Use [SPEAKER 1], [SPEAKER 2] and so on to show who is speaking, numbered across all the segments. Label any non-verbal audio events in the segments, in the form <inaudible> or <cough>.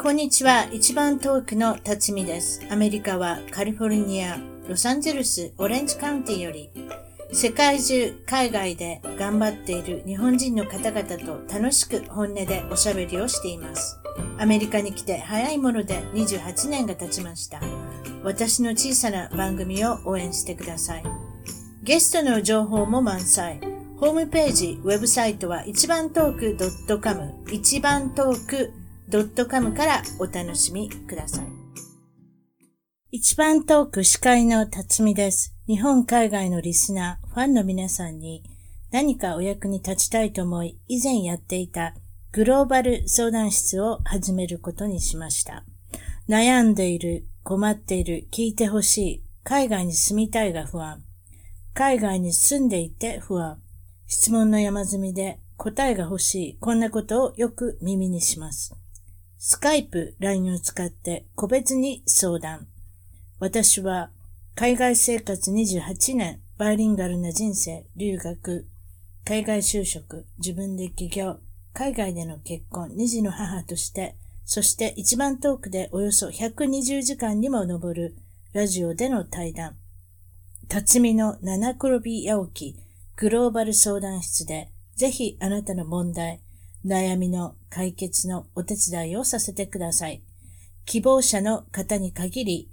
[SPEAKER 1] こんにちは。一番遠くの辰巳です。アメリカはカリフォルニア、ロサンゼルス、オレンジカウンティより、世界中、海外で頑張っている日本人の方々と楽しく本音でおしゃべりをしています。アメリカに来て早いもので28年が経ちました。私の小さな番組を応援してください。ゲストの情報も満載。ホームページ、ウェブサイトは一番トーク .com、一番トーク .com からお楽しみください。一番トーク司会の辰巳です。日本海外のリスナー、ファンの皆さんに何かお役に立ちたいと思い、以前やっていたグローバル相談室を始めることにしました。悩んでいる、困っている、聞いてほしい、海外に住みたいが不安、海外に住んでいて不安、質問の山積みで答えが欲しい、こんなことをよく耳にします。スカイプ、LINE を使って個別に相談。私は海外生活28年、バイリンガルな人生、留学、海外就職、自分で起業、海外での結婚、2児の母として、そして一番トークでおよそ120時間にも上るラジオでの対談。辰巳の七転び八起き、グローバル相談室で、ぜひあなたの問題、悩みの解決のお手伝いをさせてください。希望者の方に限り、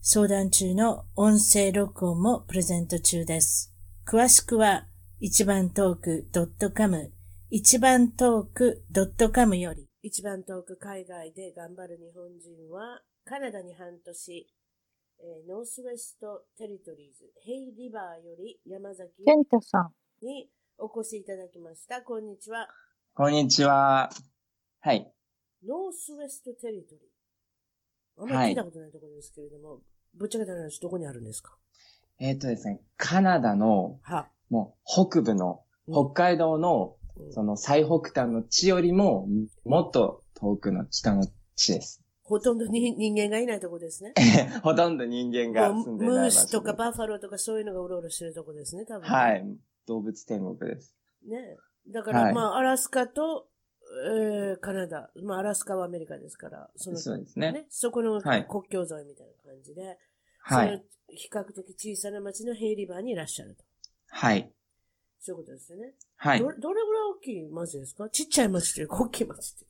[SPEAKER 1] 相談中の音声録音もプレゼント中です。詳しくは、一番トーク .com 一番トーク .com より、一番トーク海外で頑張る日本人は、カナダに半年、えー、ノースウェストテリトリーズ、ヘイリバーより山崎
[SPEAKER 2] 健太さ
[SPEAKER 1] んにお越しいただきました。こんにちは。
[SPEAKER 3] こんにちは。はい。
[SPEAKER 1] ノースウェストテリトリー。あんまり聞いたことないところですけれども、はい、ぶっちゃけた話、どこにあるんですか
[SPEAKER 3] えっ、ー、とですね、カナダの、はもう北部の、北海道の、うんその最北端の地よりも、もっと遠くの北の地です。
[SPEAKER 1] ほとんどに人間がいないとこですね。
[SPEAKER 3] ほとんど人間が住んでない
[SPEAKER 1] ムースとかバッファローとかそういうのがうろうろしてるとこですね、多分。
[SPEAKER 3] はい。動物天国です。
[SPEAKER 1] ね。だから、はい、まあ、アラスカと、えー、カナダ。まあ、アラスカはアメリカですから、
[SPEAKER 3] その、ね、そうですね。
[SPEAKER 1] そこの国境沿いみたいな感じで、はい。比較的小さな町のヘイリバーにいらっしゃると。
[SPEAKER 3] はい。
[SPEAKER 1] そういうことですよね。
[SPEAKER 3] はい。
[SPEAKER 1] ど、どれぐらい大きい町ですかちっちゃい町というか、大きい町って。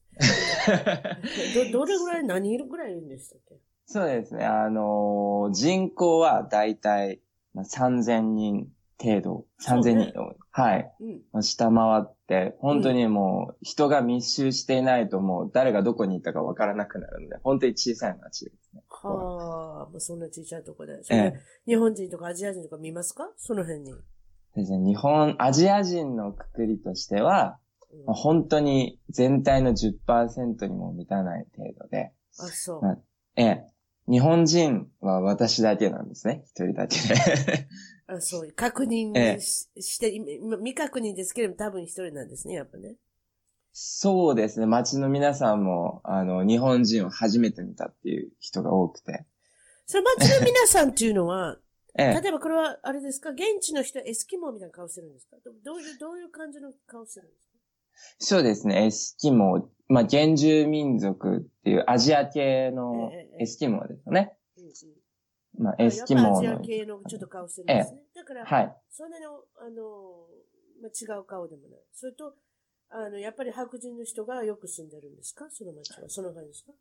[SPEAKER 1] ど、どれぐらい、何いるぐらいいるんでしたっけ
[SPEAKER 3] <laughs> そうですね。あのー、人口はだいたい3000人程度。3000人、ね、はい、うん、下回って、本当にもう人が密集していないともう誰がどこにいたかわからなくなるんで、本当に小さい町ですね。
[SPEAKER 1] はあ、もうそんな小さいとこで。ええ、日本人とかアジア人とか見ますかその辺に。
[SPEAKER 3] ですね、日本、アジア人のくくりとしては、うん、本当に全体の10%にも満たない程度で。
[SPEAKER 1] あ、そう、
[SPEAKER 3] まあ。ええ。日本人は私だけなんですね。一人だけで。
[SPEAKER 1] あ、そう。確認し,ええ、して今、未確認ですけれども多分一人なんですね、やっぱね。
[SPEAKER 3] そうですね。街の皆さんも、あの、日本人を初めて見たっていう人が多くて。
[SPEAKER 1] その街の皆さんっていうのは、ええ、例えばこれは、あれですか現地の人、エスキモーみたいな顔してるんですかどういう、どういう感じの顔してるんですか
[SPEAKER 3] そうですね、エスキモー。まあ、原住民族っていうアジア系のエスキモーですよね。ええ、まあ、エスキモーの。
[SPEAKER 1] アジア系のちょっと顔してるんですね。だから、
[SPEAKER 3] はい、
[SPEAKER 1] そんなに、あの、まあ、違う顔でもない。それと、あの、やっぱり白人の人がよく住んでるんですかその町は。その場ですか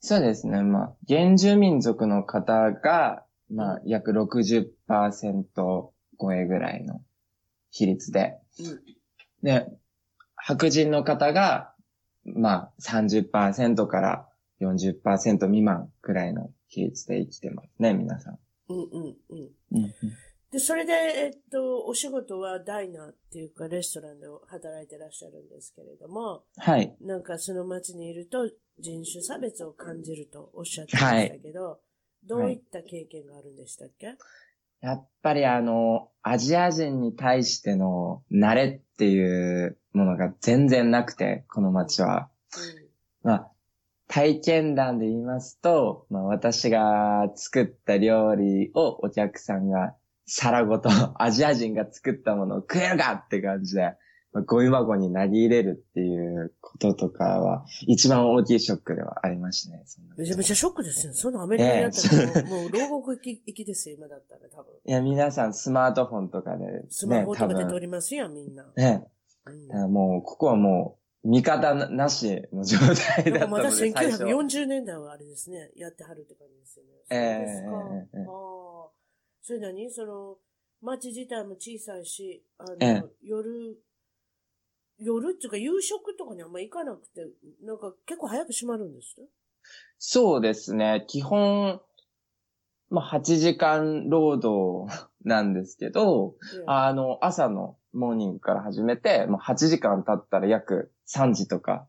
[SPEAKER 3] そうですね。まあ、原住民族の方が、まあ、約60%超えぐらいの比率で。うん、で、白人の方が、まあ30、30%から40%未満くらいの比率で生きてますね、皆さん。
[SPEAKER 1] うんうんうん。うんうん、で、それで、えっと、お仕事はダイナーっていうかレストランで働いてらっしゃるんですけれども、
[SPEAKER 3] はい。
[SPEAKER 1] なんかその街にいると人種差別を感じるとおっしゃってましたけど、はいどういった経験があるんでしたっけ、はい、
[SPEAKER 3] やっぱりあの、アジア人に対しての慣れっていうものが全然なくて、この街は。うん、まあ、体験談で言いますと、まあ、私が作った料理を <laughs> お客さんが皿ごとアジア人が作ったものを食えるかって感じで、まあゴミ箱に投げ入れるっていうこととかは、一番大きいショックではありましたね。そんな
[SPEAKER 1] めちゃめちゃショックですよ。そんなアメリカになったらもう、もう牢獄行き行きですよ、今だったら多分。
[SPEAKER 3] いや、皆さんスマートフォンとかで、ね、
[SPEAKER 1] スマホ
[SPEAKER 3] 多
[SPEAKER 1] とかで撮
[SPEAKER 3] 分、
[SPEAKER 1] りますよ、みんな。
[SPEAKER 3] ね、
[SPEAKER 1] うん
[SPEAKER 3] だからもう、ここはもう、味方ななしの状態
[SPEAKER 1] な
[SPEAKER 3] だ
[SPEAKER 1] んか
[SPEAKER 3] ったの
[SPEAKER 1] ま
[SPEAKER 3] で、
[SPEAKER 1] だ
[SPEAKER 3] 最初は。
[SPEAKER 1] 1940年代はあれですね、やってはるって感じですよね。
[SPEAKER 3] ええ
[SPEAKER 1] そうです
[SPEAKER 3] ええええ
[SPEAKER 1] か。ああ。それ何その、街自体も小さいし、あの、
[SPEAKER 3] ええ
[SPEAKER 1] 夜、夜っていうか夕食とかにあんま行かなくて、なんか結構早く閉まるんですよ
[SPEAKER 3] そうですね。基本、まあ、8時間労働なんですけど、
[SPEAKER 1] ええ
[SPEAKER 3] あの、朝のモーニングから始めて、もう8時間経ったら約3時とか、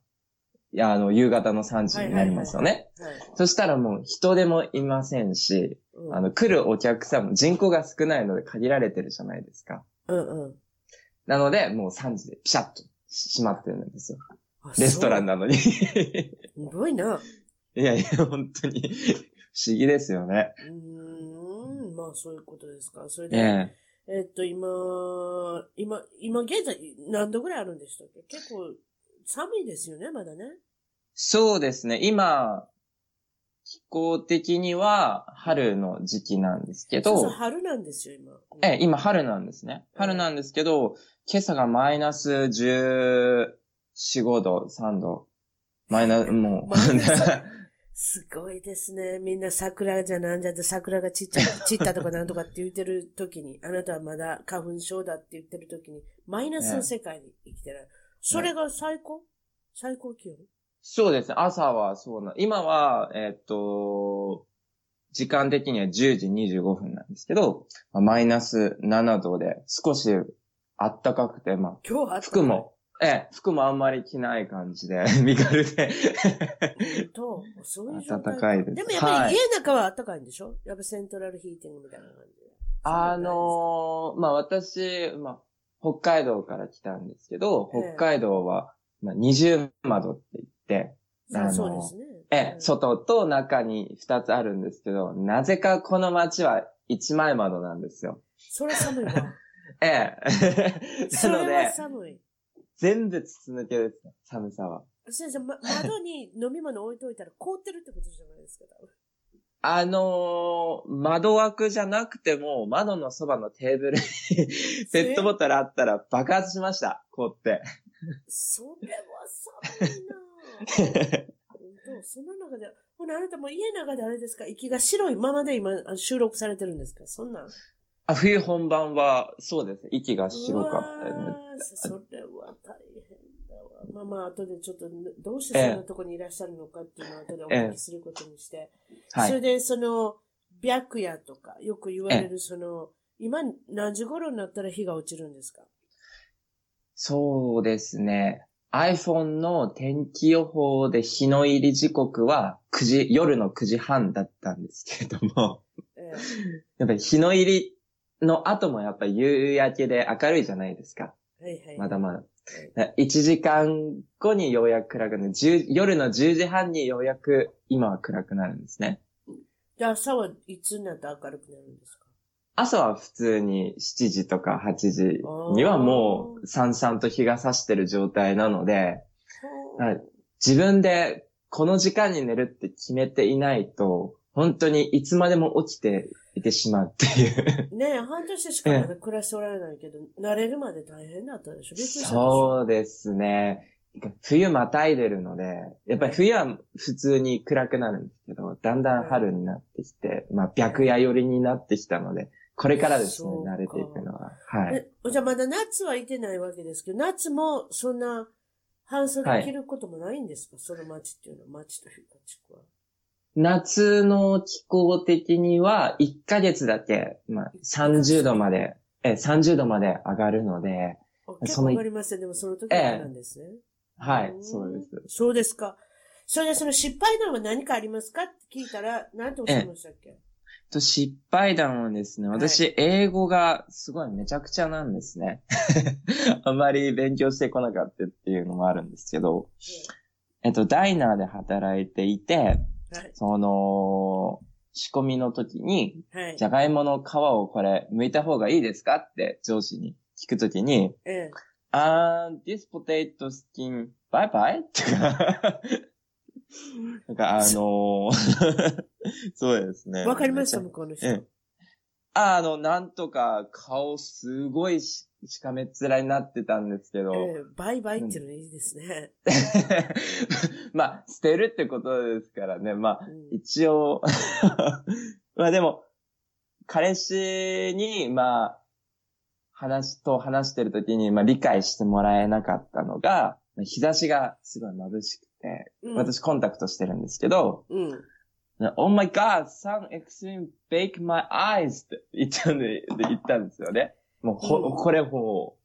[SPEAKER 3] いや、あの、夕方の3時になりますよね。
[SPEAKER 1] はい。
[SPEAKER 3] そしたらもう人でもいませんし、
[SPEAKER 1] うん
[SPEAKER 3] あの、来るお客さんも人口が少ないので限られてるじゃないですか。
[SPEAKER 1] うんうん。
[SPEAKER 3] なので、もう3時でピシャッと閉まってるんですよ。
[SPEAKER 1] あ
[SPEAKER 3] レストラン
[SPEAKER 1] そう
[SPEAKER 3] な <laughs> のに。い
[SPEAKER 1] すごいな。
[SPEAKER 3] やいや、本当に不思議ですよね。
[SPEAKER 1] うーん、まあそういうことですか。それで、
[SPEAKER 3] え
[SPEAKER 1] えっと、今、今、今現在何度ぐらいあるんでしたっけ結構寒いですよね、まだね。
[SPEAKER 3] そうですね。今、気候的には春の時期なんですけ
[SPEAKER 1] そう
[SPEAKER 3] ど、
[SPEAKER 1] そう、春なんですよ、今。
[SPEAKER 3] ええ、今春なんですね。
[SPEAKER 1] うん
[SPEAKER 3] 春なんですけど、今朝がマイナス14、5度、3度。マイナス、も
[SPEAKER 1] マイ
[SPEAKER 3] <laughs>
[SPEAKER 1] ナス
[SPEAKER 3] う。
[SPEAKER 1] すごいですね。みんな桜じゃなんじゃって桜がちっちゃい、ちったとかなんとかって言ってる時に、あなたはまだ花粉症だって言ってる時に、マイナスの世界に生きてる。それが最高最高気温
[SPEAKER 3] そうですね。朝はそうな、今は、えっと、時間的には10時25分なんですけど、まあマイナス7度で少し暖かくて、まあ、
[SPEAKER 1] 今日はあった
[SPEAKER 3] 服も、ええ、服もあんまり着ない感じで、 <laughs> 身軽で。
[SPEAKER 1] と、そういう状態
[SPEAKER 3] 暖かいです
[SPEAKER 1] でもやっぱ
[SPEAKER 3] は
[SPEAKER 1] り
[SPEAKER 3] い
[SPEAKER 1] 家の中は暖かいんでしょ、やっぱセントラルヒーティングみたいな感じで。
[SPEAKER 3] あの <laughs> ーまあ、私、まあ、北海道から来たんですけど、
[SPEAKER 1] ええ
[SPEAKER 3] 北海道は、まあ、二重窓って言って、
[SPEAKER 1] そう
[SPEAKER 3] あのー
[SPEAKER 1] そうですね。
[SPEAKER 3] ええ、
[SPEAKER 1] うん
[SPEAKER 3] 外と中に二つあるんですけど、なぜかこの街は一枚窓なんですよ。
[SPEAKER 1] それは寒い
[SPEAKER 3] <laughs>
[SPEAKER 1] わ。
[SPEAKER 3] ええ。
[SPEAKER 1] <laughs> そ
[SPEAKER 3] なの
[SPEAKER 1] れは
[SPEAKER 3] で、
[SPEAKER 1] 寒い。
[SPEAKER 3] 全部筒抜けですね、寒さは。
[SPEAKER 1] 先生、ま、窓に飲み物置いといたら凍ってるってことじゃないですか。多分
[SPEAKER 3] あのー窓枠じゃなくても、窓のそばのテーブルに <laughs> ペットボトルあったら爆発しました、凍って。 <laughs>
[SPEAKER 1] それは寒いなぁ
[SPEAKER 3] <laughs>
[SPEAKER 1] 本当その中で、ほな、あなたもう家の中であれですか息が白いままで今あ収録されてるんですかそんなん。
[SPEAKER 3] あ冬本番は、そうです。息が白かったよ
[SPEAKER 1] うわ
[SPEAKER 3] ね。
[SPEAKER 1] ーそれは大変だわ。まあまあ、後でちょっと、どうしてそんなとこにいらっしゃるのかっていうのを後でお聞きすることにして。
[SPEAKER 3] は
[SPEAKER 1] それ
[SPEAKER 3] い。
[SPEAKER 1] で、その、白夜とか、よく言われる、その、今何時頃になったら日が落ちるんですか
[SPEAKER 3] そうですね。iPhone の天気予報で日の入り時刻は9時、夜の9時半だったんですけれども、
[SPEAKER 1] え
[SPEAKER 3] やっぱり日の入りの後もやっぱり夕焼けで明るいじゃないですか。
[SPEAKER 1] えはいはい。
[SPEAKER 3] まだまだ。1時間後にようやく暗くなる。10夜の10時半にようやく今は暗くなるんですね。
[SPEAKER 1] で、朝はいつになって明るくなるんですか
[SPEAKER 3] 朝は普通に7時とか8時にはもうさんさんと日が差してる状態なので、はい自分でこの時間に寝るって決めていないと、本当にいつまでも起きていてしまうっていう。
[SPEAKER 1] ねえ、半年しかまだ暮らしておられないけど、慣れるまで大変だったでしょびっくりしたでしょ
[SPEAKER 3] そうですね。冬またいでるので、やっぱり冬は普通に暗くなるんですけど、だんだん春になってきて、まあ白夜寄りになってきたので、これからですね
[SPEAKER 1] そう、か
[SPEAKER 3] 慣れていくのは。はい。
[SPEAKER 1] えじゃあまだ夏はいてないわけですけど、夏もそんな半袖着ることもないんですか、その街っていうのは、街というか地区は。
[SPEAKER 3] 夏の気候的には、1ヶ月だけ、まあ30度まで、え、30度まで上がるので、
[SPEAKER 1] あ結
[SPEAKER 3] そ
[SPEAKER 1] 構
[SPEAKER 3] の
[SPEAKER 1] わかりました。でもその時はなんですね。
[SPEAKER 3] はい、
[SPEAKER 1] ん
[SPEAKER 3] そうです。。
[SPEAKER 1] そうですか。それでその失敗談は何かありますかって聞いたら、何ておっしゃいましたっけ、
[SPEAKER 3] と失敗談はですね、
[SPEAKER 1] はい
[SPEAKER 3] 私、英語がすごいめちゃくちゃなんですね。 <laughs> あんまり勉強してこなかったっていうのもあるんですけど、えっと、ダイナーで働いていて、
[SPEAKER 1] はい。
[SPEAKER 3] その、仕込みの時に、
[SPEAKER 1] はい
[SPEAKER 3] じ。ゃがいもの皮をこれ、剥いた方がいいですかって上司に聞く時に、
[SPEAKER 1] ええ
[SPEAKER 3] あー、this potato skin, bye bye? <laughs> とか、なんかあのー <laughs> そうですね。
[SPEAKER 1] わかりました、
[SPEAKER 3] めっ
[SPEAKER 1] 向こうの
[SPEAKER 3] ちゃ。う
[SPEAKER 1] 人
[SPEAKER 3] ん。。ああの、なんとか顔すごいししかめっ面になってたんですけど、
[SPEAKER 1] ええバイバイっていうのいいですね。
[SPEAKER 3] <laughs> まあ、捨てるってことですからね。まあ、
[SPEAKER 1] うん
[SPEAKER 3] 一応、 <laughs> まあでも、彼氏に、まあ、話と話してるときに、まあ理解してもらえなかったのが、日差しがすごい眩しくて、
[SPEAKER 1] うん。
[SPEAKER 3] 私コンタクトしてるんですけど、
[SPEAKER 1] うん。
[SPEAKER 3] Oh my god, sun extreme bake my eyes って言ったんで、言ったんですよね。もうほ、
[SPEAKER 1] うん
[SPEAKER 3] これも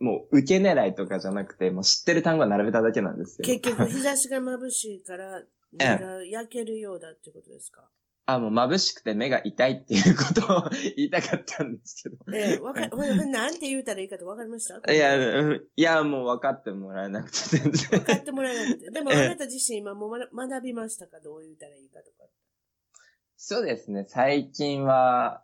[SPEAKER 3] う、もう受け狙いとかじゃなくて、もう知ってる単語は並べただけなんですよ。
[SPEAKER 1] 結局、日差しが眩しいから、目が焼けるようだってことですか。
[SPEAKER 3] あ、もう眩しくて目が痛いっていうことを <laughs> 言いたかったんですけど。
[SPEAKER 1] ええわか、ほんほんなんて言うたらいいかとわかりました
[SPEAKER 3] いや、うんいや、もう分かってもらえなくて全然。
[SPEAKER 1] 買ってもらえなくて。でも、あ
[SPEAKER 3] ええ
[SPEAKER 1] なた自身今もう学学びましたかどう言うたらいいかとか。
[SPEAKER 3] そうですね、最近は、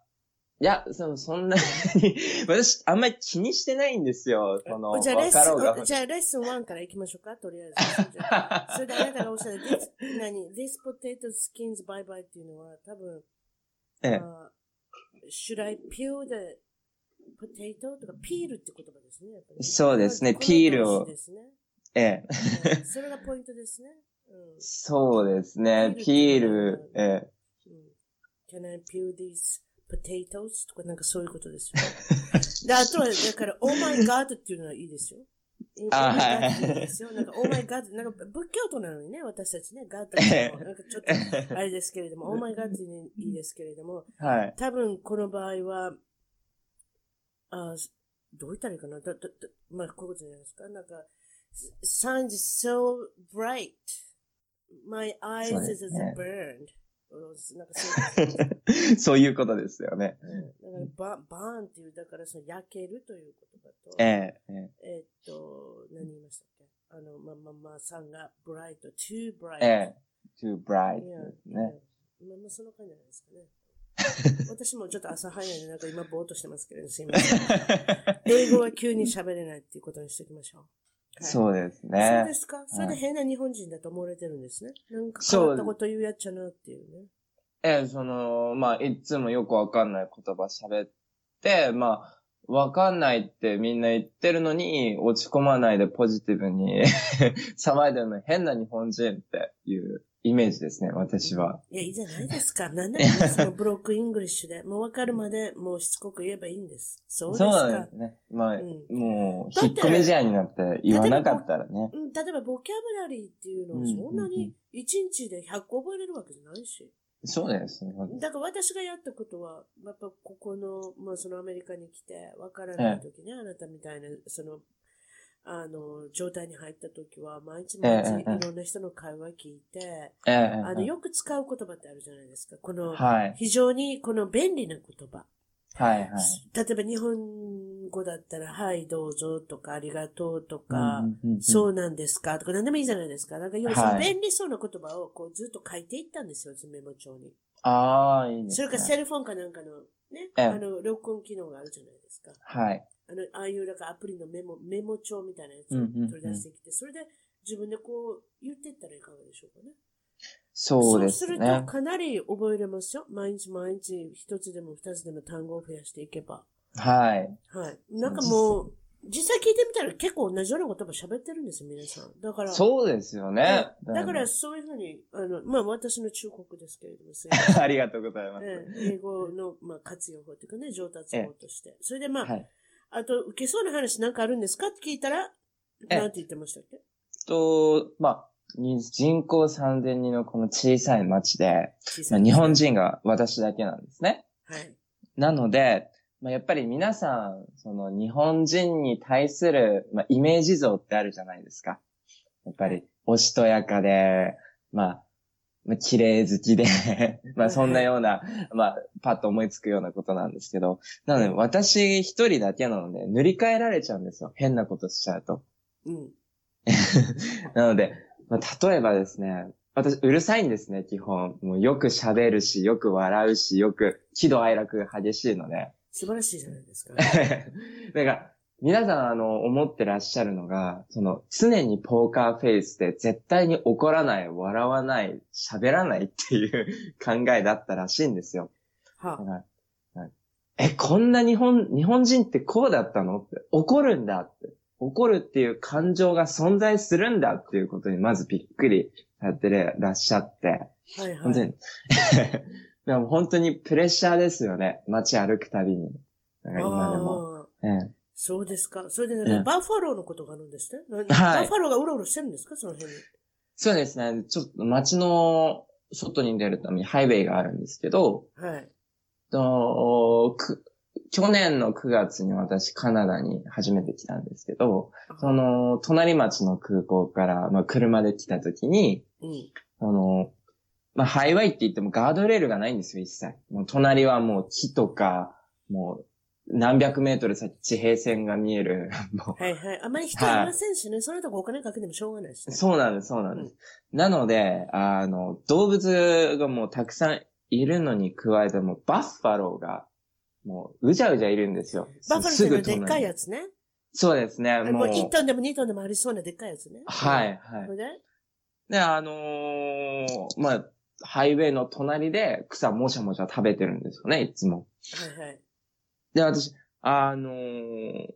[SPEAKER 3] いや、その、そんなに、私、あんまり気にしてないんですよ。その、
[SPEAKER 1] じゃあ、レッ
[SPEAKER 3] 分
[SPEAKER 1] ス
[SPEAKER 3] かろうが。
[SPEAKER 1] ン、じゃあ、レッスン1から行きましょうかとりあえず。じゃあ <laughs> それであなたがおっしゃる、this- 何 ?this potato skins bye bye っていうのは、多分、
[SPEAKER 3] ええ
[SPEAKER 1] あー should I peel the potato? とか、ピールって言葉ですね。やっぱり
[SPEAKER 3] そうですね
[SPEAKER 1] これ
[SPEAKER 3] ピールを
[SPEAKER 1] これですね
[SPEAKER 3] <laughs> ええ。
[SPEAKER 1] うんそれがポイントですね。うん
[SPEAKER 3] そうですね、ピール、ええ。
[SPEAKER 1] うん Can I peel these potatoes? とかなんかそういうことですよ。で、あとは、だから、Oh <laughs> my God っていうのはいいですよ。
[SPEAKER 3] あ
[SPEAKER 1] Oh my
[SPEAKER 3] はい
[SPEAKER 1] God ってうのですよ。なんか、Oh my God、なんか仏教徒なのにね、私たちね、God って
[SPEAKER 3] <laughs>
[SPEAKER 1] いうのはなんかちょっと、あれですけれども、Oh my God っていうのいいですけれども、
[SPEAKER 3] <laughs> はい。 <laughs>
[SPEAKER 1] 多分この場合は、あどう言ったらいいかなだだだまあ、こういうことじゃないですか。なんか、sun is so bright. My
[SPEAKER 3] そう
[SPEAKER 1] eyes
[SPEAKER 3] で
[SPEAKER 1] is
[SPEAKER 3] す
[SPEAKER 1] as
[SPEAKER 3] ね
[SPEAKER 1] burned. うんなんかそう
[SPEAKER 3] そういうことですよね。
[SPEAKER 1] うんだからババーンっていう、だからその焼けるという言葉と、
[SPEAKER 3] え
[SPEAKER 1] え
[SPEAKER 3] え、ええ
[SPEAKER 1] っと、何言いましたっけあの、まあまあまあ、さんが bright, too bright.
[SPEAKER 3] ええ。too bright
[SPEAKER 1] いや
[SPEAKER 3] です
[SPEAKER 1] うん
[SPEAKER 3] ね。
[SPEAKER 1] まあまあその感じじゃないですか
[SPEAKER 3] <laughs>
[SPEAKER 1] ね。私もちょっと朝早いんで、なんか今ぼーっとしてますけれど、すいません。英語は急に喋れないっていうことにしておきましょう。はい
[SPEAKER 3] <laughs> そうです
[SPEAKER 1] そう
[SPEAKER 3] ね
[SPEAKER 1] で。すかそれで変な日本人だと思われてるんですね。なんか
[SPEAKER 3] そう
[SPEAKER 1] 変わったこと言うやっちゃなっていうね。
[SPEAKER 3] ええ、その、まあ、いつもよくわかんない言葉喋って、まあ、わかんないってみんな言ってるのに、落ち込まないでポジティブに <laughs> 騒いでるの変な日本人っていうイメージですね、私は。
[SPEAKER 1] いや、いいじゃないです
[SPEAKER 3] <laughs>
[SPEAKER 1] か。なんならそのブロックイングリッシュで、もうわかるまでもうしつこく言えばいいんです。そうです
[SPEAKER 3] そうなん
[SPEAKER 1] か
[SPEAKER 3] で。すね。まあ、
[SPEAKER 1] うん
[SPEAKER 3] も
[SPEAKER 1] だ
[SPEAKER 3] う、
[SPEAKER 1] って
[SPEAKER 3] 引っ込み思案になって言わなかったらね。
[SPEAKER 1] うん、例えばボキャブラリーっていうのはそんなに1日で100個覚えれるわけじゃないし。
[SPEAKER 3] そうですね。
[SPEAKER 1] だから私がやったことは、やっぱここの、まあそのアメリカに来て、わからない時ね、あなたみたいな、その、あの、状態に入った時は、毎日毎日
[SPEAKER 3] ええええ
[SPEAKER 1] いろんな人の会話聞いて、
[SPEAKER 3] ええ
[SPEAKER 1] あの、
[SPEAKER 3] え
[SPEAKER 1] よく使う言葉ってあるじゃないですか。こ
[SPEAKER 3] え
[SPEAKER 1] の、
[SPEAKER 3] はい。
[SPEAKER 1] 非常にこの便利な言葉。
[SPEAKER 3] はい、はい。
[SPEAKER 1] 例えば日本語だったら、はい、どうぞとか、ありがとうとか、
[SPEAKER 3] うんうんうん
[SPEAKER 1] そうなんですかとか、何でもいいじゃないですか。なんか、要するに
[SPEAKER 3] はい
[SPEAKER 1] 便利そうな言葉をこうずっと書いていったんですよ、メモ帳に。
[SPEAKER 3] ああ、いいです
[SPEAKER 1] そ
[SPEAKER 3] ね。
[SPEAKER 1] れかセルフォンかなんかのね、
[SPEAKER 3] ええ
[SPEAKER 1] あの、録音機能があるじゃないですか。
[SPEAKER 3] はい。
[SPEAKER 1] あの、ああいうなんかアプリのメモ、メモ帳みたいなやつ
[SPEAKER 3] うん
[SPEAKER 1] を
[SPEAKER 3] うんうん
[SPEAKER 1] 取り出してきて、それで自分でこう言ってったらいかがでしょうかね。
[SPEAKER 3] そうです
[SPEAKER 1] そうする
[SPEAKER 3] ね
[SPEAKER 1] と。かなり覚えれますよ。毎日毎日一つでも二つでも単語を増やしていけば。
[SPEAKER 3] はい。
[SPEAKER 1] はい。なんかもう、実際聞いてみたら結構同じような言葉喋ってるんですよ、皆さん。だから。
[SPEAKER 3] そうですよね。
[SPEAKER 1] うんだか
[SPEAKER 3] う
[SPEAKER 1] ら
[SPEAKER 3] ん、
[SPEAKER 1] そういうふうに、あの、まあ私の忠告ですけれども、すいません
[SPEAKER 3] <laughs> ありがとうございます。
[SPEAKER 1] ええ英語の、まあ、活用法というかね、上達法として。それでまあ、
[SPEAKER 3] はい。
[SPEAKER 1] あと、受けそうな話なんかあるんですかって聞いたら、
[SPEAKER 3] ええ
[SPEAKER 1] なんて言ってましたっけ
[SPEAKER 3] と、まあ、に人口3000人のこの小さい町で、
[SPEAKER 1] 小
[SPEAKER 3] ま
[SPEAKER 1] さ
[SPEAKER 3] あ、
[SPEAKER 1] い
[SPEAKER 3] 日本人が私だけなんですね。
[SPEAKER 1] はい。
[SPEAKER 3] なので、まあ、やっぱり皆さん、その日本人に対する、まあ、イメージ像ってあるじゃないですか。やっぱり、おしとやかで、まあ、まあ、綺麗好きで、 <laughs> まあそんなような、まあ、パッと思いつくようなことなんですけど、なので私一人だけなので塗り替えられちゃうんですよ。変なことしちゃうと。
[SPEAKER 1] うん。
[SPEAKER 3] なので、まあ、例えばですね、私、うるさいんですね、基本。もうよく喋るし、よく笑うし、よく喜怒哀楽が激しいので。
[SPEAKER 1] 素晴らしいじゃないですか。
[SPEAKER 3] <laughs> なんか、皆さん、あの、思ってらっしゃるのが、その、常にポーカーフェイスで絶対に怒らない、笑わない、喋らないっていう考えだったらしいんですよ。
[SPEAKER 1] は
[SPEAKER 3] だからはいえ、こんな日本、日本人ってこうだったのって、怒るんだって、怒るっていう感情が存在するんだっていうことにまずびっくりされてらっしゃって、
[SPEAKER 1] あ、はいは
[SPEAKER 3] 本
[SPEAKER 1] い。
[SPEAKER 3] 当に。 <laughs> でも本当にプレッシャーですよね。街歩くたびに。なんか今でも。
[SPEAKER 1] ああ
[SPEAKER 3] ええ
[SPEAKER 1] そうですか。それで、ね
[SPEAKER 3] ええ
[SPEAKER 1] バッファローのことがあるんですね。な
[SPEAKER 3] はい
[SPEAKER 1] バッファローがうろうろしてるんですかその辺に。
[SPEAKER 3] そうですね。ちょっと街の外に出るためにハイウェイがあるんですけど、
[SPEAKER 1] はい。
[SPEAKER 3] とく去年の9月に私カナダに初めて来たんですけど、その隣町の空港から、まあ、車で来た時に、
[SPEAKER 1] うん。
[SPEAKER 3] あの、まあ、ハイウェイって言ってもガードレールがないんですよ、一切。もう隣はもう木とか、もう何百メートル先地平線が見える、もう
[SPEAKER 1] はいはい。あまり人いませんしね。そのとこお金かけてもしょうがないしね。
[SPEAKER 3] そうなんです、そうなんです。なので、あの、動物がもうたくさんいるのに加えて、もうバッファローが、もう、うじゃうじゃいるんですよ。
[SPEAKER 1] バッファローっていうのはでっかい
[SPEAKER 3] つ。
[SPEAKER 1] やつね。
[SPEAKER 3] そうですね、
[SPEAKER 1] あれも
[SPEAKER 3] も
[SPEAKER 1] う1
[SPEAKER 3] う。
[SPEAKER 1] トンでも2トンでもありそうなでっかいやつね。
[SPEAKER 3] はい、はい。
[SPEAKER 1] それで
[SPEAKER 3] で、あのーまあ、ハイウェイの隣で草もしゃもしゃ食べてるんですよね、いつも。
[SPEAKER 1] はいはい。
[SPEAKER 3] で、私、あのー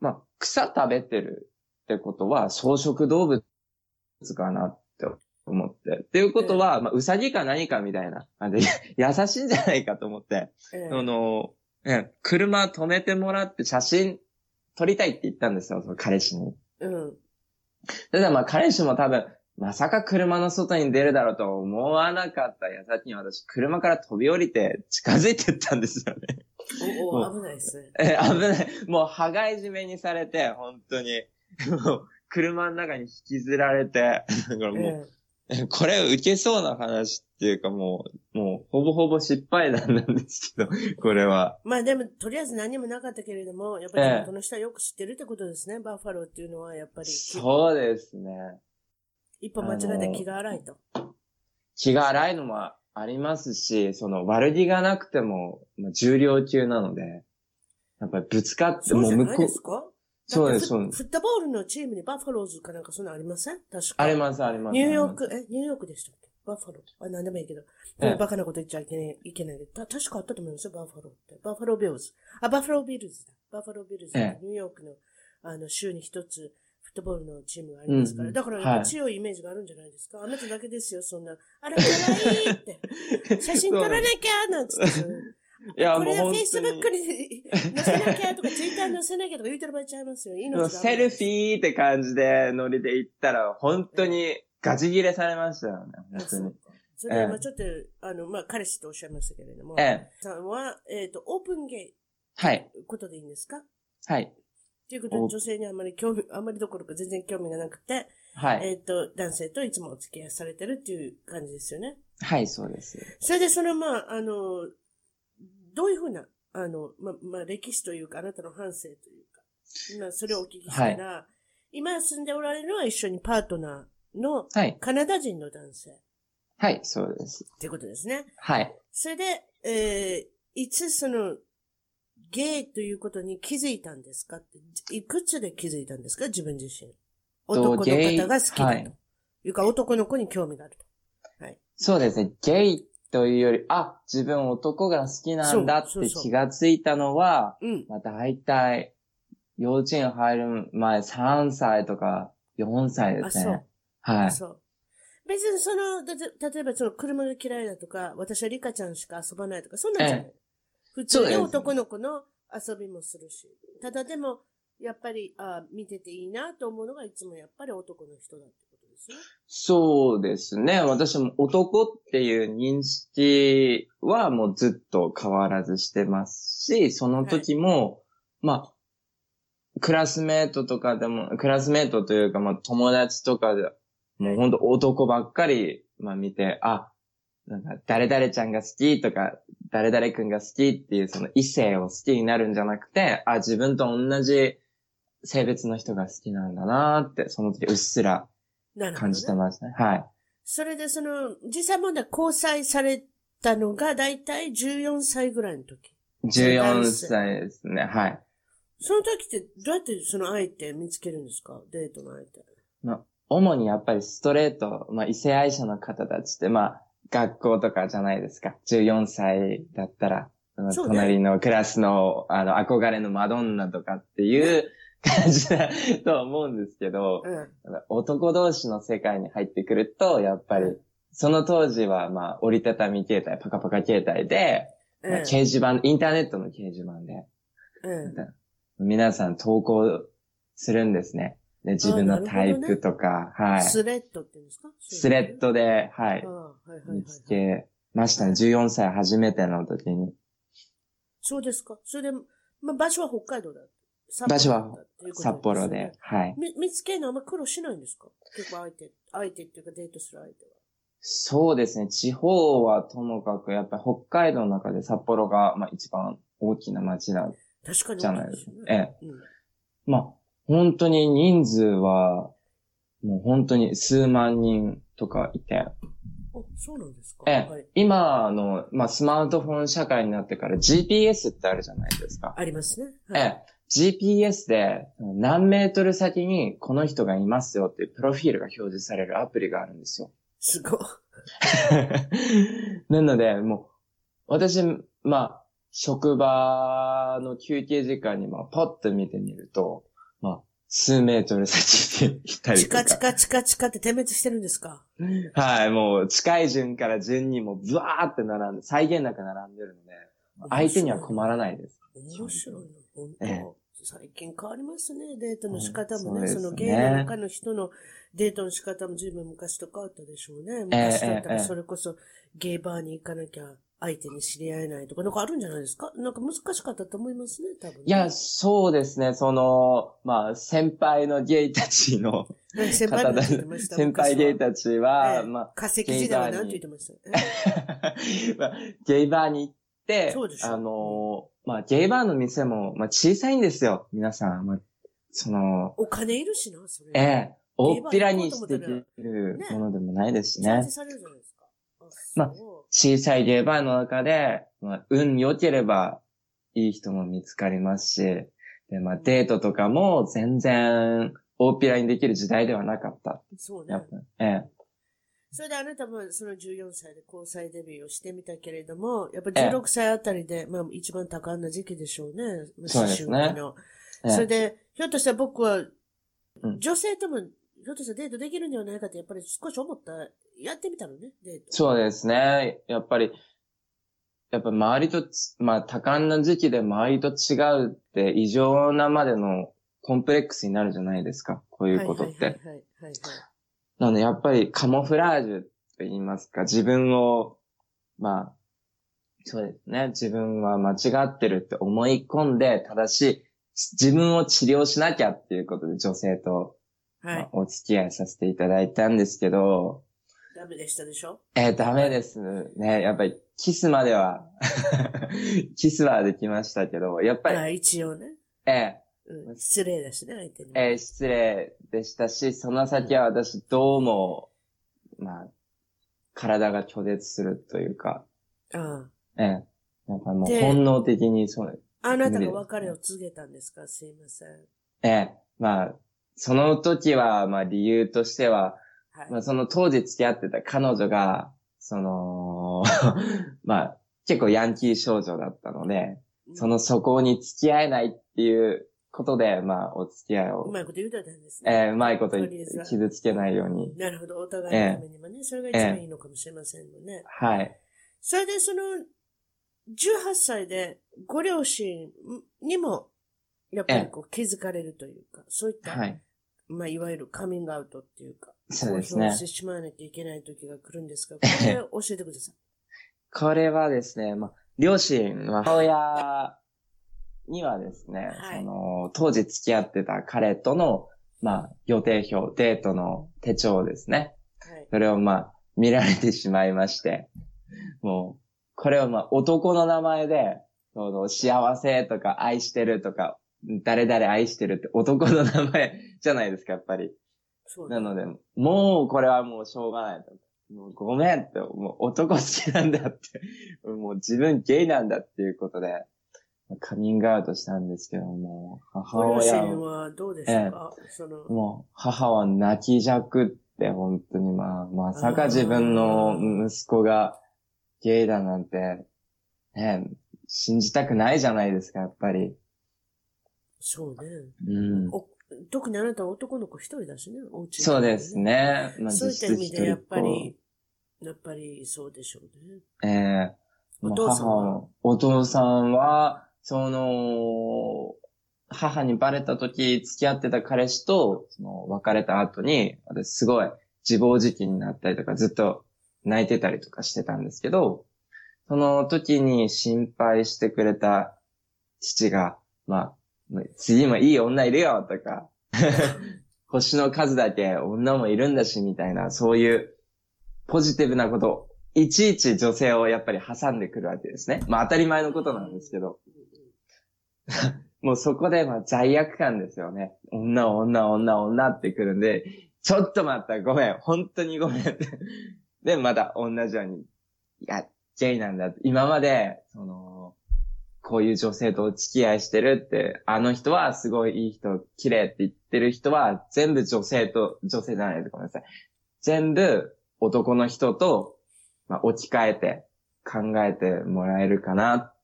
[SPEAKER 3] まあ、草食べてるってことは草食動物かなって思って。っていうことは、まあ、うさぎか何かみたいな感じで、 <laughs> 優しいんじゃないかと思って、
[SPEAKER 1] ええ
[SPEAKER 3] あのーね車止めてもらって写真撮りたいって言ったんですよ、その彼氏に。
[SPEAKER 1] うん。
[SPEAKER 3] ただまあ彼氏も多分、まさか車の外に出るだろうとは思わなかった矢先に私、車から飛び降りて近づいてったんですよね。
[SPEAKER 1] お
[SPEAKER 3] も
[SPEAKER 1] お、危ないですね。
[SPEAKER 3] え、 <laughs> 危ない。もう、羽がいじめにされて、本当に。 <laughs> もう、車の中に引きずられて、だからも
[SPEAKER 1] え
[SPEAKER 3] う、これ受けそうな話っていうかもう、もう、ほぼほぼ失敗談なんですけど、 <laughs> これは。
[SPEAKER 1] えまあでも、とりあえず何もなかったけれども、やっぱ
[SPEAKER 3] ええ
[SPEAKER 1] りこの人はよく知ってるってことですね。バッファローっていうのは、やっぱり、
[SPEAKER 3] そうですね。
[SPEAKER 1] 一歩間違えたら気が荒いと。
[SPEAKER 3] 気が荒いのもありますし、その、悪気がなくても、まあ重量級なので、やっぱりぶつかって、
[SPEAKER 1] そう
[SPEAKER 3] も
[SPEAKER 1] じゃ
[SPEAKER 3] 向
[SPEAKER 1] ない
[SPEAKER 3] こ
[SPEAKER 1] ですか
[SPEAKER 3] そうです
[SPEAKER 1] だって
[SPEAKER 3] そうです
[SPEAKER 1] フフットボールのチームにバッファローズかなんかそんなのありません確か。
[SPEAKER 3] あります、あります。
[SPEAKER 1] ニューヨーク、え、ニューヨークでしたっけバッファロー。あ、なんでもいいけど。
[SPEAKER 3] ええ
[SPEAKER 1] バカなこと言っちゃいけない、いけないけど。た確かあったと思いますよ、バッファローって。バッファロービルズ。あ、バッファロービルズだ。バッファロービルズって
[SPEAKER 3] ええ
[SPEAKER 1] ニューヨークの、あの、州に一つ、フットボールのチームがありますから。
[SPEAKER 3] うんうん
[SPEAKER 1] だから、
[SPEAKER 3] はい
[SPEAKER 1] 強いイメージがあるんじゃないですか。あなただけですよ、そんな。あら、かわいい
[SPEAKER 3] <laughs>
[SPEAKER 1] って。写真撮らなきゃなんつって。
[SPEAKER 3] いや
[SPEAKER 1] これ
[SPEAKER 3] もう
[SPEAKER 1] は
[SPEAKER 3] 本当に
[SPEAKER 1] Facebook に載せなきゃとか、Twitter に載せなきゃとか言うてる場合ちゃいますよ。命が危な
[SPEAKER 3] セ
[SPEAKER 1] い
[SPEAKER 3] ルフィーって感じでノリで行ったら、本当にガチ切れされましたよね、
[SPEAKER 1] あ
[SPEAKER 3] 本当
[SPEAKER 1] そう
[SPEAKER 3] に。
[SPEAKER 1] かそれ
[SPEAKER 3] え
[SPEAKER 1] は
[SPEAKER 3] え
[SPEAKER 1] まあちょっと、あの、まあ、彼氏とおっしゃいましたけれども、
[SPEAKER 3] ええ。
[SPEAKER 1] さんは、えっ、と、オープンゲ
[SPEAKER 3] はい。
[SPEAKER 1] イことでいいんですか
[SPEAKER 3] はい。
[SPEAKER 1] ということ
[SPEAKER 3] オ
[SPEAKER 1] で、
[SPEAKER 3] ープン
[SPEAKER 1] 女性にあまり興味、あまりどころか全然興味がなくて、
[SPEAKER 3] はい。
[SPEAKER 1] えっ、と、男性といつもお付き合いされてるっていう感じですよね。
[SPEAKER 3] はい、そうです。
[SPEAKER 1] それで、その、まあ、あの、どういうふうな、あの、ま、まあ、歴史というか、あなたの反省というか、今、それをお聞きしたら、今住んでおられるのは一緒にパートナーの
[SPEAKER 3] はい。
[SPEAKER 1] カナダ人の男性っ
[SPEAKER 3] はい、そうです。
[SPEAKER 1] ていうことですね。
[SPEAKER 3] はい。
[SPEAKER 1] それで、えー、いつその、ゲイということに気づいたんですかって、いくつで気づいたんですか自分自身。男の
[SPEAKER 3] ゲイ
[SPEAKER 1] 方が好きだと。
[SPEAKER 3] はいいう
[SPEAKER 1] か、男の子に興味があると。
[SPEAKER 3] そうですね。ゲイというより、あ、自分男が好きなんだっ
[SPEAKER 1] そう
[SPEAKER 3] て
[SPEAKER 1] そうそう
[SPEAKER 3] 気がついたのは、
[SPEAKER 1] うん。
[SPEAKER 3] まあ大体、幼稚園入る前3歳とか4歳です
[SPEAKER 1] あ
[SPEAKER 3] ね。はい。
[SPEAKER 1] そう。別にその、だて例えばその車が嫌いだとか、私はリカちゃんしか遊ばないとか、そんなんじゃない。普
[SPEAKER 3] そう
[SPEAKER 1] 通に
[SPEAKER 3] です
[SPEAKER 1] 男の子の遊びもするし。ただでも、やっぱり、あ見てていいなと思うのがいつもやっぱり男の人だってことですね。
[SPEAKER 3] そうですね。私も男っていう認識はもうずっと変わらずしてますし、その時も、まあ、クラスメートとかでも、クラスメートというか、まあ友達とかで、もうほんと男ばっかり、まあ見て、あ、なんか誰々ちゃんが好きとか、誰々くんが好きっていうその異性を好きになるんじゃなくて、あ、自分と同じ性別の人が好きなんだなーって、その時うっすら
[SPEAKER 1] なるほど、ね。
[SPEAKER 3] 感じてますね。はい。
[SPEAKER 1] それでその、実際問題交際されたのがだいたい14歳ぐらいの時。
[SPEAKER 3] 14歳ですね。はい。
[SPEAKER 1] その時って、どうやってその相手見つけるんですかデートの相手。
[SPEAKER 3] 主にやっぱりストレート、まあ異性愛者の方たちって、まあ学校とかじゃないですか。14歳だったら、その
[SPEAKER 1] そうね
[SPEAKER 3] 隣のクラスの、あの、憧れのマドンナとかっていう感じだと思うんですけど、
[SPEAKER 1] うん。
[SPEAKER 3] 男同士の世界に入ってくると、やっぱり、その当時は、まあ、折りたたみ携帯、パカパカ携帯で、ま
[SPEAKER 1] う
[SPEAKER 3] あ
[SPEAKER 1] ん
[SPEAKER 3] 掲示板、インターネットの掲示板で、
[SPEAKER 1] うん。
[SPEAKER 3] 皆さん投稿するんですね。で、自分のタイプとか、はい。
[SPEAKER 1] スレッドって言うんですか
[SPEAKER 3] スレッドで、はい
[SPEAKER 1] ああ、、はいはいはい
[SPEAKER 3] 見つ
[SPEAKER 1] はい。
[SPEAKER 3] けましたね。14歳初めての時に。
[SPEAKER 1] そうですか。それで、まあ、場所は北海道だ。札
[SPEAKER 3] 場所は
[SPEAKER 1] だっていうこと
[SPEAKER 3] 札幌で
[SPEAKER 1] ね。。
[SPEAKER 3] はい。
[SPEAKER 1] み見つけるのあんま苦労しないんですか結構相手、相手っていうかデートする相手は。
[SPEAKER 3] そうですね。地方はともかく、やっぱり北海道の中で札幌が、まあ一番大きな街だ。
[SPEAKER 1] 確かに
[SPEAKER 3] じゃない
[SPEAKER 1] 多
[SPEAKER 3] です
[SPEAKER 1] よ
[SPEAKER 3] か
[SPEAKER 1] ね。
[SPEAKER 3] ええ。まあ、本当に人数は、もう本当に数万人とかいて。
[SPEAKER 1] うん。あ、そうなんですか
[SPEAKER 3] ええ
[SPEAKER 1] はい。
[SPEAKER 3] 今の、まあスマートフォン社会になってから GPS ってあるじゃないですか。
[SPEAKER 1] ありますね。
[SPEAKER 3] え
[SPEAKER 1] はい
[SPEAKER 3] え、GPS で何メートル先にこの人がいますよっていうプロフィールが表示されるアプリがあるんですよ。 <laughs>
[SPEAKER 1] すごい。
[SPEAKER 3] なので、もう、私、まあ、職場の休憩時間に、まあ、パッと見てみると、まあ、数メートル先にいたり
[SPEAKER 1] チ
[SPEAKER 3] と
[SPEAKER 1] カ
[SPEAKER 3] か。
[SPEAKER 1] チカチカチカって点滅してるんですか
[SPEAKER 3] はい、もう、近い順から順にもう、ブワーって並んで、際限なく並んでるので、相手には困らないです。
[SPEAKER 1] 面白いな、本
[SPEAKER 3] ええ
[SPEAKER 1] 当。最近変わりますね、デートの仕方もね。
[SPEAKER 3] うん
[SPEAKER 1] そ
[SPEAKER 3] そうですね
[SPEAKER 1] の芸の中の人のデートの仕方も随分昔と変わったでしょうね。昔だった
[SPEAKER 3] えええ
[SPEAKER 1] ら
[SPEAKER 3] え
[SPEAKER 1] それこそゲイバーに行かなきゃ相手に知り合えないとか、なんかあるんじゃないですかなんか難しかったと思いますね、多分ね、
[SPEAKER 3] いや、そうですね、その、まあ、先輩のゲイたち
[SPEAKER 1] <laughs>
[SPEAKER 3] の、
[SPEAKER 1] ね先輩
[SPEAKER 3] 方
[SPEAKER 1] も
[SPEAKER 3] だ
[SPEAKER 1] 言ってました。
[SPEAKER 3] 先輩ゲイ
[SPEAKER 1] ー
[SPEAKER 3] たち
[SPEAKER 1] え
[SPEAKER 3] は、
[SPEAKER 1] え
[SPEAKER 3] ま
[SPEAKER 1] 化石時代は何て言ってましたええ
[SPEAKER 3] あ、 <laughs> まあゲイバーに行って
[SPEAKER 1] そうで、しょ
[SPEAKER 3] あのー、まあ、ゲイバーの店も、まあ、小さいんですよ、皆さん。まあ、その、
[SPEAKER 1] お金いるしな、それ。
[SPEAKER 3] ええ、
[SPEAKER 1] ゲイ
[SPEAKER 3] 大
[SPEAKER 1] バー行こうと思ったら
[SPEAKER 3] っぴらにしてできる
[SPEAKER 1] ね
[SPEAKER 3] ものでもないですし
[SPEAKER 1] チャー
[SPEAKER 3] ね
[SPEAKER 1] ジ。されるじゃないですか。
[SPEAKER 3] まあ
[SPEAKER 1] そう
[SPEAKER 3] 小さいゲイバーの中で、まあ、運良ければ、いい人も見つかりますし、で、まあ、デートとかも全然、大っぴらにできる時代ではなかった。
[SPEAKER 1] そうね
[SPEAKER 3] や。っぱ、え
[SPEAKER 1] それであなたもその14歳で交際デビューをしてみたけれども、やっぱ
[SPEAKER 3] ええ
[SPEAKER 1] 16歳あたりで、まあ一番多感な時期でしょうね。
[SPEAKER 3] そうですね
[SPEAKER 1] 思春期の。
[SPEAKER 3] え、ええ
[SPEAKER 1] それで、ひょっとしたら僕は、
[SPEAKER 3] うん
[SPEAKER 1] 女性とも、ひょっとしたらデートできるんではないかって、やっぱり少し思った、やってみたのね、デート。
[SPEAKER 3] そうですね。やっぱり、やっぱ周りとち、まあ多感な時期で周りと違うって異常なまでのコンプレックスになるじゃないですか。こう
[SPEAKER 1] と
[SPEAKER 3] いうことって。
[SPEAKER 1] はいはいはいはい、はい
[SPEAKER 3] なのでやっぱりカモフラージュと言いますか、自分を、まあ、そうですね。自分は間違ってるって思い込んで、正しい、自分を治療しなきゃっていうことで女性と、
[SPEAKER 1] は
[SPEAKER 3] ま
[SPEAKER 1] い
[SPEAKER 3] あ。お付き合いさせていただいたんですけど、
[SPEAKER 1] ダメでしたでしょ
[SPEAKER 3] えーダメですね。やっぱり、キスまでは、 <laughs> キスはできましたけど、やっぱり、
[SPEAKER 1] まあ一応ね、
[SPEAKER 3] え
[SPEAKER 1] うん。失礼だしね、相手にも。
[SPEAKER 3] ーえー失礼でしたし、その先は私、どうも、まあ、体が拒絶するというか、
[SPEAKER 1] あ
[SPEAKER 3] ええなんかもう
[SPEAKER 1] で
[SPEAKER 3] 本能的にそうです。
[SPEAKER 1] ああなたが別れを告げたんですかすいません。
[SPEAKER 3] ええまあ、その時は、まあ理由としては、
[SPEAKER 1] はい。
[SPEAKER 3] まあ、その当時付き合ってた彼女が、その、 <laughs> まあ、結構ヤンキー少女だったので、その素行に付き合えないっていうことで、まあ、お付き合いうを、
[SPEAKER 1] まいこと言うたんですね。
[SPEAKER 3] えーうまいこと言っ
[SPEAKER 1] とりあえ
[SPEAKER 3] て
[SPEAKER 1] ずは
[SPEAKER 3] 傷つけないように。
[SPEAKER 1] なるほど。お互いのためにもね、それが一番いいのかもしれませんもんね。
[SPEAKER 3] はい。
[SPEAKER 1] それでその、18歳でご両親にも、やっぱりこう気づかれるというか、そういった、
[SPEAKER 3] はい。
[SPEAKER 1] まあいわゆるカミングアウトっていうか、
[SPEAKER 3] そうです
[SPEAKER 1] 公表
[SPEAKER 3] ね
[SPEAKER 1] し。てしまわなきゃいけない時が来るんですが、こ
[SPEAKER 3] ええ
[SPEAKER 1] れを教えてください。
[SPEAKER 3] これはですね、まあ、両親は、母親にはですね、
[SPEAKER 1] はい
[SPEAKER 3] その、当時付き合ってた彼との、まあ、予定表、デートの手帳ですね。
[SPEAKER 1] はい。
[SPEAKER 3] それをまあ、見られてしまいまして、もう、これをまあ、男の名前で、その、幸せとか愛してるとか、誰々愛してるって男の名前じゃないですか、やっぱり。
[SPEAKER 1] そう
[SPEAKER 3] なので、もうこれはもうしょうがないと。もうごめんって、もう男好きなんだって、もう自分ゲイなんだっていうことで、カミングアウトしたんですけども、母
[SPEAKER 1] ご両
[SPEAKER 3] 親
[SPEAKER 1] 親
[SPEAKER 3] を、
[SPEAKER 1] はどうでしたか、その、
[SPEAKER 3] もう母は泣きじゃくって、本当にまあ、まさか自分の息子がゲイだなんて、ね、信じたくないじゃないですか、やっぱり。
[SPEAKER 1] そうね。
[SPEAKER 3] うん。
[SPEAKER 1] お特にあなたは男の子一人だしね、お家に
[SPEAKER 3] そうです。ね。まあ
[SPEAKER 1] そういった意味で、やっぱ。
[SPEAKER 3] 実質一人っ
[SPEAKER 1] り、やっぱりそうでしょうね。
[SPEAKER 3] 子ええ
[SPEAKER 1] お父さんは
[SPEAKER 3] もう母お父さんは、その、母にバレた時付き合ってた彼氏と、その、別れた後に、私すごい自暴自棄になったりとか、ずっと泣いてたりとかしてたんですけど、その時に心配してくれた父が、まあ、次もいい女いるよとか、星の数だけ女もいるんだし、みたいな、そういうポジティブなことをいちいち女性をやっぱり挟んでくるわけですね。まあ当たり前のことなんですけど。 <laughs> もうそこでまあ罪悪感ですよね。女女女女ってくるんで、ちょっと待った、ごめん、本当にごめんって。で、また同じように、いや、ゲイなんだって。今まで、その、こういう女性とお付き合いしてるって、あの人はすごいいい人、綺麗って言ってる人は、全部女性と、女性じゃないです、ごめんなさい。全部男の人とまあ、置き換えて考えてもらえるかなっ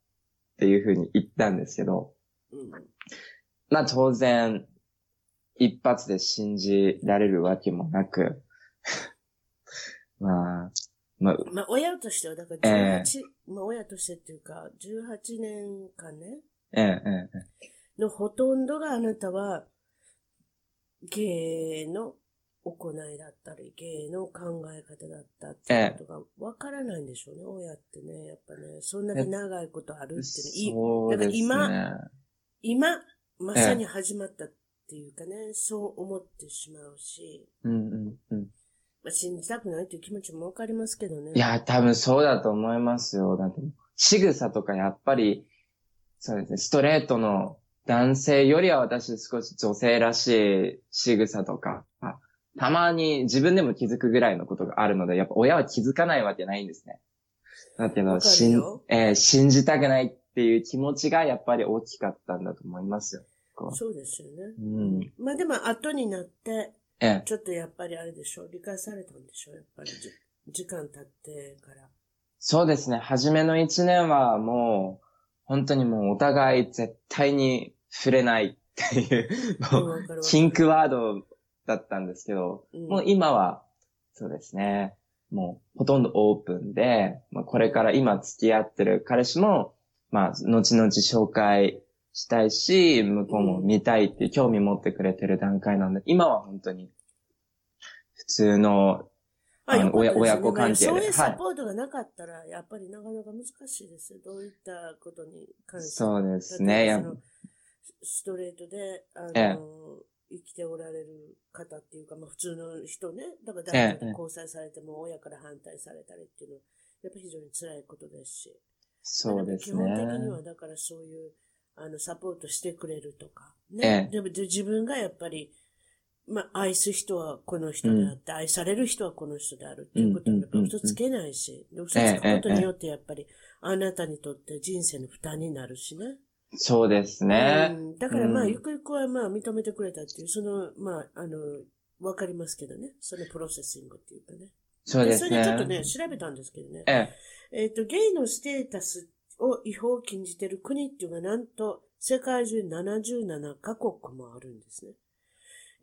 [SPEAKER 3] ていうふうに言ったんですけど、
[SPEAKER 1] うん。
[SPEAKER 3] まあ当然、一発で信じられるわけもなく、 <laughs> まあ、まあ、
[SPEAKER 1] まあ、親としては、だから
[SPEAKER 3] ええ
[SPEAKER 1] 18、まあ、親としてっていうか、18年間ね、
[SPEAKER 3] ええ、ええ、
[SPEAKER 1] のほとんどがあなたは、芸の行いだったり、芸の考え方だったっていうことがわからないんでしょうね、親ってね。やっぱね、そんだけ長いことあるっていうの、い
[SPEAKER 3] そうですね。
[SPEAKER 1] だから今、まさに始まったっていうかね、そう思ってしまうし、
[SPEAKER 3] うんうんうん。
[SPEAKER 1] まあ、信じたくないという気持ちもわかりますけどね。
[SPEAKER 3] いや、多分そうだと思いますよ。だって、仕草とかやっぱり、そうですね、ストレートの男性よりは私少し女性らしい仕草とか、あたまに自分でも気づくぐらいのことがあるので、やっぱ親は気づかないわけないんですね。だけど、
[SPEAKER 1] わかる
[SPEAKER 3] 信
[SPEAKER 1] よ
[SPEAKER 3] えー信じたくないっていう気持ちがやっぱり大きかったんだと思いますよ。こう
[SPEAKER 1] そうですよね。
[SPEAKER 3] うん。
[SPEAKER 1] まあでも後になって、
[SPEAKER 3] ええ
[SPEAKER 1] ちょっとやっぱりあれでしょう、理解されたんでしょう、やっぱりじ。時間経ってから。
[SPEAKER 3] そうですね。初めの一年はもう、本当にもうお互い絶対に触れないっていう、 <laughs> もう、
[SPEAKER 1] わかるわ
[SPEAKER 3] キンクワードだったんですけど、
[SPEAKER 1] うん
[SPEAKER 3] もう今は、そうですね。もうほとんどオープンで、まあ、これから今付き合ってる彼氏も、まあ、後々紹介したいし、向こうも見たいっていう興味持ってくれてる段階なんで、今は本当に、普通の、
[SPEAKER 1] あよかったですね
[SPEAKER 3] 親親子関係で
[SPEAKER 1] まあそうい
[SPEAKER 3] は
[SPEAKER 1] う
[SPEAKER 3] い
[SPEAKER 1] サポートがなかったら、やっぱりなかなか難しいですよ。どういったことに関して。
[SPEAKER 3] そうですね。
[SPEAKER 1] 例え
[SPEAKER 3] や
[SPEAKER 1] ばそ
[SPEAKER 3] っ
[SPEAKER 1] のストレートで、あの、
[SPEAKER 3] ええ
[SPEAKER 1] 生きておられる方っていうか、まあ普通の人ね。だから
[SPEAKER 3] え
[SPEAKER 1] 男
[SPEAKER 3] え
[SPEAKER 1] 女で交際されても、親から反対されたりっていうのは、やっぱり非常に辛いことですし。
[SPEAKER 3] そうですね。
[SPEAKER 1] 基本的には、だからそういう、あの、サポートしてくれるとか。ね。
[SPEAKER 3] ええ
[SPEAKER 1] でもで自分がやっぱり、まあ、愛す人はこの人であって、愛される人はこの人であるっていうこと
[SPEAKER 3] うんう
[SPEAKER 1] に
[SPEAKER 3] ん
[SPEAKER 1] やっぱ嘘つけないし、で嘘つくことによってやっぱり、あなたにとって人生の負担になるしね。
[SPEAKER 3] そうですね
[SPEAKER 1] う。んだからまあ、
[SPEAKER 3] うん
[SPEAKER 1] ゆくゆくはまあ、認めてくれたっていう、その、まあ、あの、わかりますけどね。そのプロセッシングっていうかね。
[SPEAKER 3] そうで
[SPEAKER 1] そ
[SPEAKER 3] す
[SPEAKER 1] れ
[SPEAKER 3] ね。
[SPEAKER 1] でちょっとね、調べたんですけどね。
[SPEAKER 3] ええ、
[SPEAKER 1] えっ、と、ゲイのステータスを違法禁じてる国っていうのがなんと世界中77カ国もあるんですね。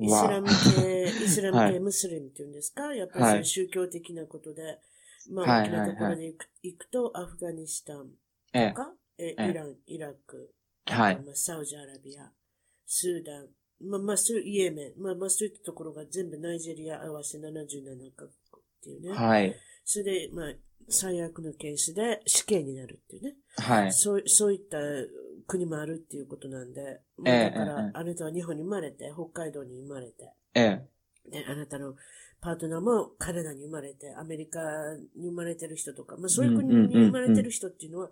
[SPEAKER 1] イスラム
[SPEAKER 3] <laughs>
[SPEAKER 1] 系、イスラム
[SPEAKER 3] は
[SPEAKER 1] 系
[SPEAKER 3] い
[SPEAKER 1] ムスリムっていうんですかやっぱり
[SPEAKER 3] はい
[SPEAKER 1] そういう宗教的なことで、まあ
[SPEAKER 3] は
[SPEAKER 1] 大
[SPEAKER 3] い
[SPEAKER 1] きなところで行く,、とアフガニスタン
[SPEAKER 3] え
[SPEAKER 1] と
[SPEAKER 3] え、
[SPEAKER 1] か、え
[SPEAKER 3] ええ
[SPEAKER 1] イラン、イラク、
[SPEAKER 3] は
[SPEAKER 1] ま
[SPEAKER 3] い。
[SPEAKER 1] あ、サウジアラビア、スーダン、まあ、まあ、そういうイエメン、まあ、まあ、そういったところが全部ナイジェリア合わせて77カ国っていうね。
[SPEAKER 3] はい。
[SPEAKER 1] それで、まあ、最悪のケースで死刑になるっていうね。
[SPEAKER 3] はい。
[SPEAKER 1] そう、そういった国もあるっていうことなんで、ま
[SPEAKER 3] え
[SPEAKER 1] あ、
[SPEAKER 3] え
[SPEAKER 1] だから、
[SPEAKER 3] ええ
[SPEAKER 1] あなたは日本に生まれて、北海道に生まれて、
[SPEAKER 3] ええ、
[SPEAKER 1] で、あなたのパートナーもカナダに生まれて、アメリカに生まれてる人とか、まあ、そういう国に生まれてる人っていうのは、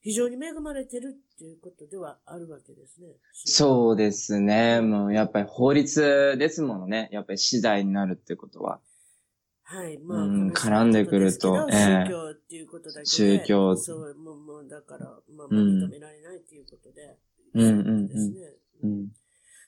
[SPEAKER 1] 非常に恵まれてるっていうことではあるわけですね。
[SPEAKER 3] そうですね。もうやっぱり法律ですものね。やっぱり資材になるってことは。
[SPEAKER 1] はい、まあ、
[SPEAKER 3] うん
[SPEAKER 1] この
[SPEAKER 3] 絡んでくると
[SPEAKER 1] そうですけど宗教っていうことだけで、
[SPEAKER 3] ええ宗教
[SPEAKER 1] そう、もう、もう、だから、まあ、
[SPEAKER 3] うん
[SPEAKER 1] 認められないっていうこと
[SPEAKER 3] うんうんうん
[SPEAKER 1] ですね。
[SPEAKER 3] うん。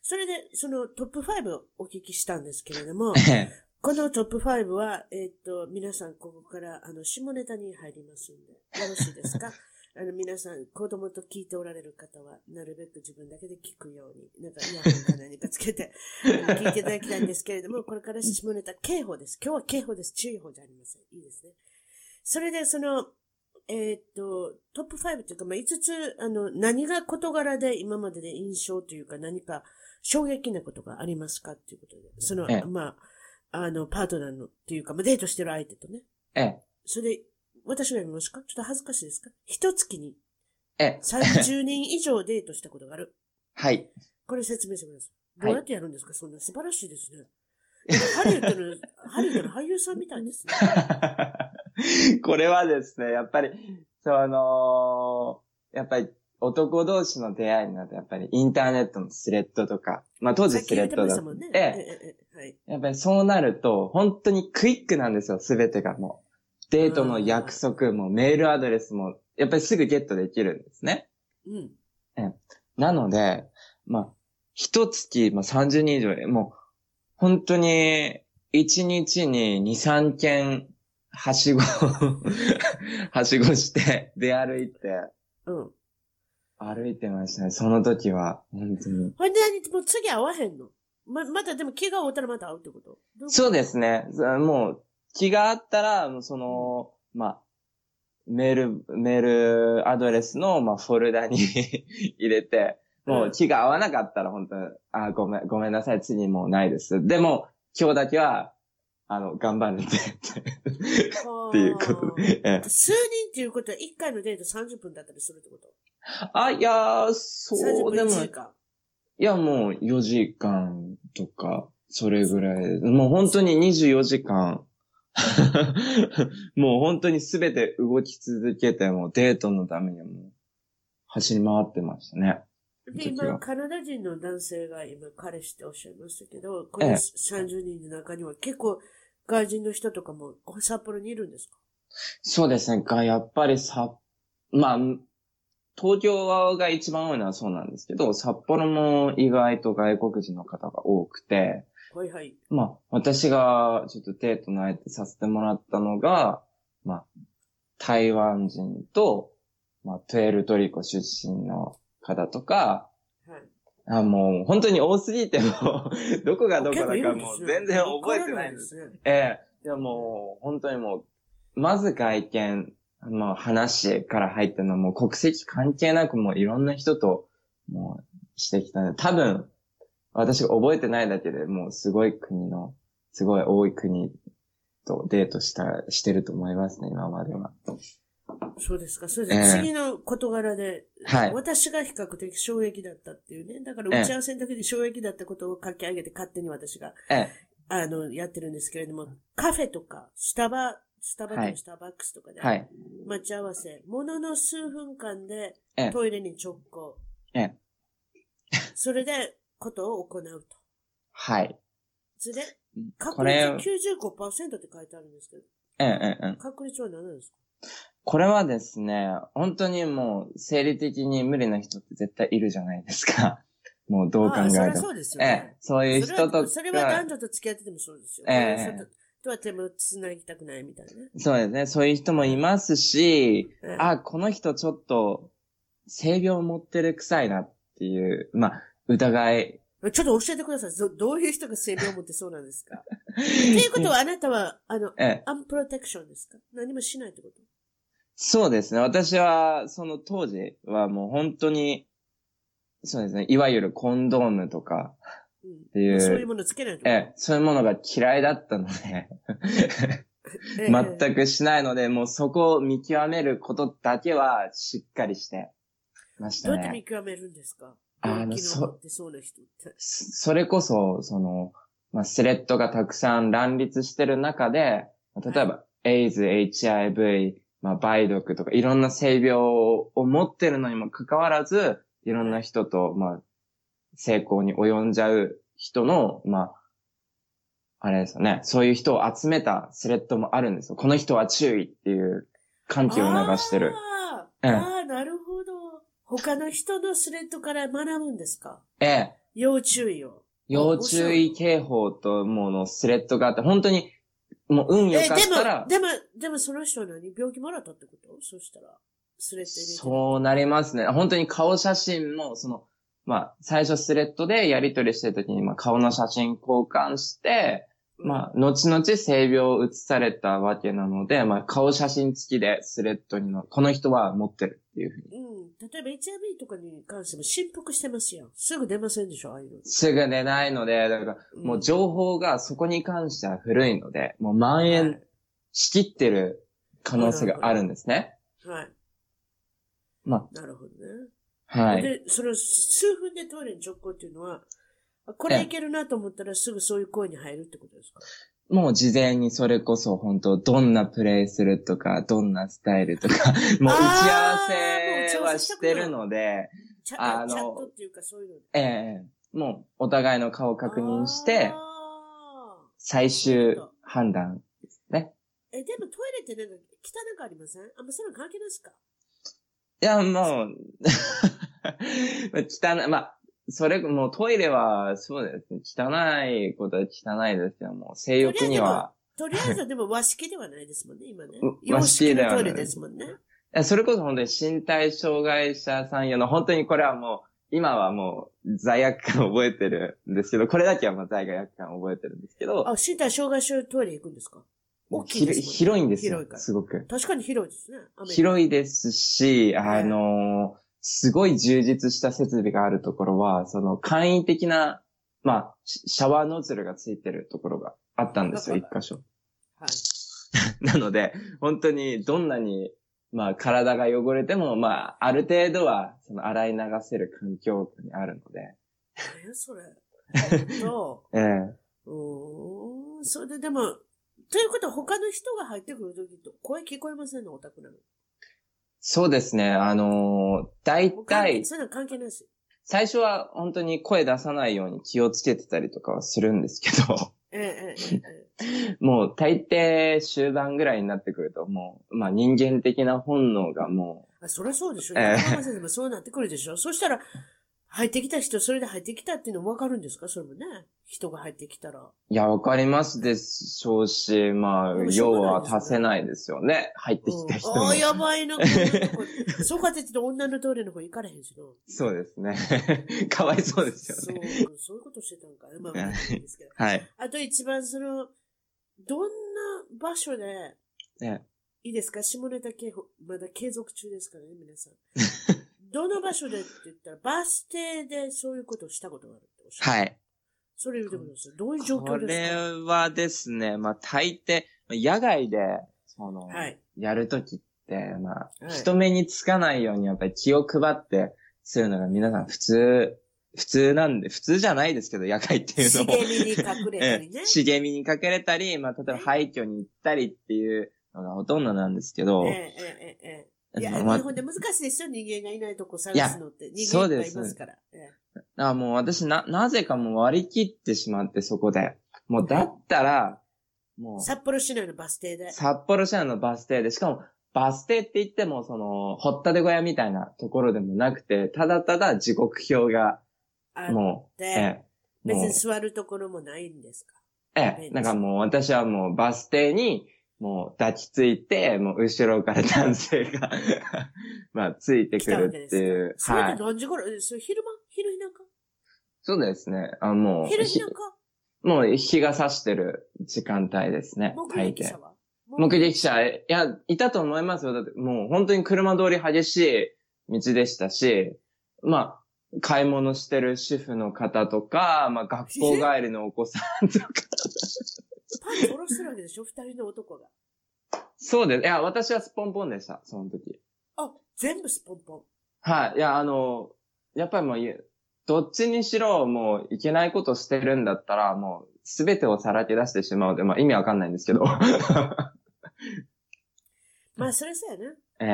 [SPEAKER 1] それで、そのトップ5をお聞きしたんですけれど
[SPEAKER 3] <laughs>
[SPEAKER 1] も、
[SPEAKER 3] え
[SPEAKER 1] このトップ5は、えーっと、皆さんここから、あの、下ネタに入りますんで、よろしいです
[SPEAKER 3] <laughs>
[SPEAKER 1] かあの、皆さん、子供と聞いておられる方は、なるべく自分だけで聞くように、なんか、イヤホンか何かつけて、 <laughs> あの聞いていただきたいんですけれども、これから下ネタ、警報です。今日は警報です。注意報じゃありません。いいですね。それで、その、えーっと、トップ5というか、まあ、5つ、あの、何が事柄で今までで印象というか、何か衝撃なことがありますかっていうことで、その
[SPEAKER 3] ええ、
[SPEAKER 1] まあ、あの、パートナーの、っていうか、まあ、デートしてる相手とね。
[SPEAKER 3] ええ
[SPEAKER 1] それで、私が読みますかちょっと恥ずかしいですか一月に
[SPEAKER 3] ええ。
[SPEAKER 1] 30人以上デートしたことがある。
[SPEAKER 3] はい。 <laughs>
[SPEAKER 1] これ説明してください。
[SPEAKER 3] はい
[SPEAKER 1] どうやってやるんですか、そんな素晴らしいですね。ハリウッドの、 <laughs> ハリウッドの俳優さんみたいですね。
[SPEAKER 3] これはですね、やっぱり、その、やっぱり男同士の出会いになると、やっぱりインターネットのスレッドとか、まあ当時
[SPEAKER 1] さっ
[SPEAKER 3] ス
[SPEAKER 1] き言っ
[SPEAKER 3] レッ
[SPEAKER 1] て
[SPEAKER 3] ド
[SPEAKER 1] まし
[SPEAKER 3] だ
[SPEAKER 1] た
[SPEAKER 3] っ
[SPEAKER 1] もんね。え
[SPEAKER 3] て、
[SPEAKER 1] えええはい。
[SPEAKER 3] やっぱりそうなると、本当にクイックなんですよ、すべてがもう。デートの約束もメールアドレスも、やっぱりすぐゲットできるんですね。
[SPEAKER 1] うん。
[SPEAKER 3] なので、まあ、一月、まあ、30人以上で、もう、本当に、一日に2、3件、はしご <laughs> を、はしごして、出歩いて、
[SPEAKER 1] うん。
[SPEAKER 3] 歩いてましたね、その時は、本当に。
[SPEAKER 1] ほんで、もう次会わへんの。ま、またでも気が合うたらまた会うってことどいこと
[SPEAKER 3] そうですね、ざもう、気があったら、もうその、まあ、メール、メールアドレスの、まあ、フォルダに <laughs> 入れて、もう気が合わなかったら本当に、あー、ごめん、ごめんなさい、次もうないです。でも、今日だけは、あの、頑張るんで、って
[SPEAKER 1] っ
[SPEAKER 3] いうことで。ええ
[SPEAKER 1] 数人っていうことは、一回のデート30分だったりするってこと
[SPEAKER 3] あ、いやー、そう、で
[SPEAKER 1] 30分1
[SPEAKER 3] も、い
[SPEAKER 1] 時間。
[SPEAKER 3] や、もう4時間とか、それぐらい、もう本当に24時間、 <laughs> もう本当にすべて動き続けて、もうデートのためにもう走り回ってましたね。
[SPEAKER 1] で、
[SPEAKER 3] 時
[SPEAKER 1] 今、
[SPEAKER 3] は
[SPEAKER 1] カナダ人の男性が今、彼氏っておっしゃいましたけど、こ
[SPEAKER 3] え
[SPEAKER 1] の
[SPEAKER 3] え
[SPEAKER 1] 30人の中には結構、外人の人とかも札幌にいるんですか
[SPEAKER 3] そうですね。が、やっぱりさ、まあ、東京が一番多いのはそうなんですけど、札幌も意外と外国人の方が多くて、
[SPEAKER 1] はいはい。
[SPEAKER 3] まあ、私がちょっとデートの相手させてもらったのが、まあ、台湾人と、まあ、プエルトリコ出身の方とか、
[SPEAKER 1] はい。
[SPEAKER 3] あもう本当に多すぎてもう、どこがどこ
[SPEAKER 1] 結構
[SPEAKER 3] だ
[SPEAKER 1] いる
[SPEAKER 3] か
[SPEAKER 1] んで
[SPEAKER 3] も
[SPEAKER 1] す
[SPEAKER 3] う
[SPEAKER 1] ね
[SPEAKER 3] 全然覚えてないんです。
[SPEAKER 1] わからないですね。
[SPEAKER 3] ええ。いやもう、本当にもう、まず外見、もう話から入ったのはもう国籍関係なくもういろんな人と、もうしてきたので、多分、私が覚えてないだけでもうすごい国の、すごい多い国とデートした、してると思いますね、今までは。
[SPEAKER 1] そうですか。それで
[SPEAKER 3] ええ
[SPEAKER 1] 次の事柄で、
[SPEAKER 3] はい
[SPEAKER 1] 私が比較的衝撃だったっていうね。だから
[SPEAKER 3] ええ
[SPEAKER 1] 打ち合わせの時に衝撃だったことを書き上げて勝手に私が、
[SPEAKER 3] ええ。
[SPEAKER 1] あの、やってるんですけれども、カフェとか、スタバ、スタバと
[SPEAKER 3] は
[SPEAKER 1] か
[SPEAKER 3] い
[SPEAKER 1] スターバックスとかで、
[SPEAKER 3] はい。
[SPEAKER 1] 待ち合わせ、ものの数分間で
[SPEAKER 3] ええ
[SPEAKER 1] トイレに直行。
[SPEAKER 3] ええ
[SPEAKER 1] それで、ことを行うと。
[SPEAKER 3] はい。
[SPEAKER 1] それで、
[SPEAKER 3] こ
[SPEAKER 1] 確
[SPEAKER 3] れ、
[SPEAKER 1] 率95%って書いてあるんですけど、
[SPEAKER 3] ええ、ええ、ええ。
[SPEAKER 1] 確率は何なんですか
[SPEAKER 3] これはですね、本当にもう、生理的に無理な人って絶対いるじゃないですか。もうどう考
[SPEAKER 1] ああ
[SPEAKER 3] えて
[SPEAKER 1] そ
[SPEAKER 3] も
[SPEAKER 1] りゃ。そうですよ
[SPEAKER 3] ええ
[SPEAKER 1] ね。、
[SPEAKER 3] そういう
[SPEAKER 1] それ
[SPEAKER 3] 人と
[SPEAKER 1] は
[SPEAKER 3] か、
[SPEAKER 1] それは男女と付き合っててもそうですよ。
[SPEAKER 3] ええ
[SPEAKER 1] それととは手も繋ぎたくないみたいなね。
[SPEAKER 3] そうですね、そういう人もいますし、
[SPEAKER 1] ええ
[SPEAKER 3] あ、この人ちょっと、性病持ってる臭いなっていう、まあ、疑い。
[SPEAKER 1] ちょっと教えてください。どどういう人が性病を持ってそうなん
[SPEAKER 3] <laughs>
[SPEAKER 1] ですかということは、あなたは、あの、
[SPEAKER 3] ええ、
[SPEAKER 1] アンプロテクションですか何もしないってこと
[SPEAKER 3] そうですね、私は、その当時はもう本当に、そうですね、いわゆるコンドームとか
[SPEAKER 1] うん
[SPEAKER 3] っていう、
[SPEAKER 1] そういうものつけないと。
[SPEAKER 3] ええ、そういうものが嫌いだったので、
[SPEAKER 1] ええ
[SPEAKER 3] 全くしないので、もうそこを見極めることだけはしっかりしてまし
[SPEAKER 1] どう
[SPEAKER 3] た
[SPEAKER 1] やって
[SPEAKER 3] ね
[SPEAKER 1] 見。極めるんですか
[SPEAKER 3] あの
[SPEAKER 1] 病気
[SPEAKER 3] そ
[SPEAKER 1] の持ってそうな人って。
[SPEAKER 3] そそれこそ、その、まあ、スレッドがたくさん乱立してる中で、まあ例えば、エイズ、HIV、まあ、梅毒とか、いろんな性病を持ってるのにもかかわらず、いろんな人と、まあ、成功に及んじゃう人の、まあ、あれですよね。そういう人を集めたスレッドもあるんですよ。この人は注意っていう、緩急を流してる。
[SPEAKER 1] あー
[SPEAKER 3] ええ
[SPEAKER 1] あー、なるほど。他の人のスレッドから学ぶんですか
[SPEAKER 3] ええ。
[SPEAKER 1] 要注意を。
[SPEAKER 3] 要注意警報と、もうのスレッドがあって、本当に、もう運
[SPEAKER 1] え、
[SPEAKER 3] 良
[SPEAKER 1] で
[SPEAKER 3] か
[SPEAKER 1] も
[SPEAKER 3] ったら、、
[SPEAKER 1] でも、でもその人は何病気もらったってことそしたら、スレッド入れてる。
[SPEAKER 3] そうなりますね。本当に顔写真も、その、まあ、最初スレッドでやり取りしてるときに、まあ、顔の写真交換して、
[SPEAKER 1] うん
[SPEAKER 3] まあ、後々性病を移されたわけなので、まあ、顔写真付きでスレッドにの、この人は持ってるっていうふうに。
[SPEAKER 1] うん。例えば HIV とかに関しても振幅してますやん。すぐ出ませんでしょ、ああいうの。
[SPEAKER 3] すぐ出ないので、だから、
[SPEAKER 1] うん
[SPEAKER 3] もう情報がそこに関しては古いので、もう蔓延しきってる可能性があるんですね。
[SPEAKER 1] はい。
[SPEAKER 3] ま
[SPEAKER 1] なるほどね。
[SPEAKER 3] はい。
[SPEAKER 1] で、その数分でトイレに直行っていうのは、あこれいけるなと思ったらすぐそういう声に入るってことですか
[SPEAKER 3] もう事前にそれこそ本当どんなプレイするとか、どんなスタイルとか、もう打ち合わせはしてるので、
[SPEAKER 1] チャ
[SPEAKER 3] あの
[SPEAKER 1] チャットっていうかそういうの。
[SPEAKER 3] ええもうお互いの顔を確認して、
[SPEAKER 1] あ
[SPEAKER 3] 最終判断。
[SPEAKER 1] ーえ、でもトイレってなんか汚くありませんあんまそれ関係ないですか
[SPEAKER 3] いや、もう、 <laughs> 汚い、まあ、それ、もうトイレは、そうですね、汚いことは汚いですけども、性欲には、
[SPEAKER 1] とりあえずはでも和式ではないです
[SPEAKER 3] <laughs>
[SPEAKER 1] もんね、今ね
[SPEAKER 3] う。
[SPEAKER 1] 洋式のトイレ
[SPEAKER 3] 和式ではない
[SPEAKER 1] ですもんね。
[SPEAKER 3] いやそれこそ本当に身体障害者さん用の、本当にこれはもう、今はもう罪悪感を覚えてるんですけど、これだけはまあ罪悪感を覚えてるんですけど、
[SPEAKER 1] あ、身体障害者トイレ行くんですか大きいですもんね
[SPEAKER 3] ひろ広いんです
[SPEAKER 1] 広
[SPEAKER 3] よ
[SPEAKER 1] いか、ら
[SPEAKER 3] すごく。
[SPEAKER 1] 確かに広いですね。アメリカ
[SPEAKER 3] 広いですし、
[SPEAKER 1] はい
[SPEAKER 3] あのすごい充実した設備があるところは、その簡易的な、まあ、シシャワーノズルがついてるところがあったんですよ、
[SPEAKER 1] はい
[SPEAKER 3] 一箇所。
[SPEAKER 1] はい。
[SPEAKER 3] <laughs> なので、本当にどんなに、まあ、体が汚れても、まあ、ある程度は、その、洗い流せる環境にあるので。
[SPEAKER 1] え、それ。と、
[SPEAKER 3] ええ
[SPEAKER 1] うーん、それででも、ということは他の人が入ってくるときと声聞こえませんの、オタクなの。
[SPEAKER 3] そうですね、あの大
[SPEAKER 1] もう関係
[SPEAKER 3] 体、
[SPEAKER 1] そういうの関係ないし。
[SPEAKER 3] 最初は本当に声出さないように気をつけてたりとかはするんですけど、 <laughs>
[SPEAKER 1] ええ、ええ、え
[SPEAKER 3] もう大抵終盤ぐらいになってくるともう、まあ人間的な本能がも
[SPEAKER 1] え。あ、そりゃそうでしょ。
[SPEAKER 3] ええ
[SPEAKER 1] 横浜先生もそうなってくるでしょ。そしたら、入ってきた人、それで入ってきたっていうの分かるんですかそれもね。人が入ってきたら。
[SPEAKER 3] う、いや、わかりますでしょうし、まあ
[SPEAKER 1] でも、しょ
[SPEAKER 3] 用
[SPEAKER 1] うがない
[SPEAKER 3] は
[SPEAKER 1] ですよね
[SPEAKER 3] 足せないですよね。入ってきた人
[SPEAKER 1] うん
[SPEAKER 3] も
[SPEAKER 1] あ。ーやばいな、こんなとこ <laughs> そうかって言って女のトイレの方行かれへんしな。
[SPEAKER 3] そうですね。 <laughs> かわいそうですよね。
[SPEAKER 1] そう、そういうことしてたんか。まあ、まあいいんですけど。
[SPEAKER 3] はい。
[SPEAKER 1] あと一番その、どんな場所で、
[SPEAKER 3] ね
[SPEAKER 1] いいですか下ネタ警報、まだ継続中ですからね、皆
[SPEAKER 3] <laughs>
[SPEAKER 1] さん。どの場所でって言ったら、バス停でそういうことをしたことがあるっておっしゃる。
[SPEAKER 3] はい。
[SPEAKER 1] それ言ってください。どういう状
[SPEAKER 3] こ
[SPEAKER 1] 況で
[SPEAKER 3] れ
[SPEAKER 1] すか
[SPEAKER 3] はですね、まあ大抵、野外で、その、 <laughs>
[SPEAKER 1] はい。
[SPEAKER 3] やるときって、まあ、
[SPEAKER 1] はい
[SPEAKER 3] 人目につかないようにやっぱり気を配ってするのが皆さん普通、普通なんで、普通じゃないですけど、野外ってい
[SPEAKER 1] 茂
[SPEAKER 3] うのも。
[SPEAKER 1] みに隠れたりね
[SPEAKER 3] <laughs> ええ。茂みに隠れたり、まあ、例えば廃墟に行ったりっていうのがほとんどなんですけど、
[SPEAKER 1] ええええええええ。いや、
[SPEAKER 3] あ
[SPEAKER 1] 日
[SPEAKER 3] のま
[SPEAKER 1] 本で難しいですよ、人間がいないとこ探すのって。人
[SPEAKER 3] そ
[SPEAKER 1] 間い
[SPEAKER 3] う
[SPEAKER 1] っ
[SPEAKER 3] で
[SPEAKER 1] ぱいい
[SPEAKER 3] す
[SPEAKER 1] ますから。ええ
[SPEAKER 3] あもう私な、なぜかもう割り切ってしまってそこで。もうだったら、もう、
[SPEAKER 1] 札幌市内のバス停で。
[SPEAKER 3] 札幌市内のバス停で、しかも、バス停って言っても、その、ほったて小屋みたいなところでもなくて、ただただ時刻表が、
[SPEAKER 1] あっ
[SPEAKER 3] もう、
[SPEAKER 1] て、
[SPEAKER 3] ええ、
[SPEAKER 1] 別
[SPEAKER 3] もう
[SPEAKER 1] に、座るところもないんですか
[SPEAKER 3] ええ、なんかもう私はもうバス停に、もう抱きついて、もう後ろから男性が、 <laughs> まあ、ついて
[SPEAKER 1] 来
[SPEAKER 3] く
[SPEAKER 1] たわけで
[SPEAKER 3] るっていう。
[SPEAKER 1] すか。
[SPEAKER 3] は
[SPEAKER 1] それっ
[SPEAKER 3] い
[SPEAKER 1] て。何時頃えそれ昼間昼日なんか
[SPEAKER 3] そうですね。あもう
[SPEAKER 1] 昼日
[SPEAKER 3] ひ
[SPEAKER 1] な、
[SPEAKER 3] <laughs>
[SPEAKER 1] んか
[SPEAKER 3] もう日が差してる時間帯ですね。
[SPEAKER 1] 目撃者
[SPEAKER 3] 大抵
[SPEAKER 1] は
[SPEAKER 3] 目撃者、いや、いたと思いますよ。だってもう本当に車通り激しい道でしたし、まあ、買い物してる主婦の方とか、まあ学校帰りのお子さ
[SPEAKER 1] <laughs>
[SPEAKER 3] んとか、
[SPEAKER 1] パンツ下ろしてるわけでしょ二人の男が。
[SPEAKER 3] そうです。いや、私はスポンポンでした、その時。
[SPEAKER 1] あ、全部スポンポン。
[SPEAKER 3] はい。いや、あの、やっぱりもうゆ、どっちにしろ、もう、いけないことしてるんだったら、もう、すべてをさらけ出してしまうので、まあ、意味わかんないんですけど。 <laughs>
[SPEAKER 1] まあ、それさやね。
[SPEAKER 3] え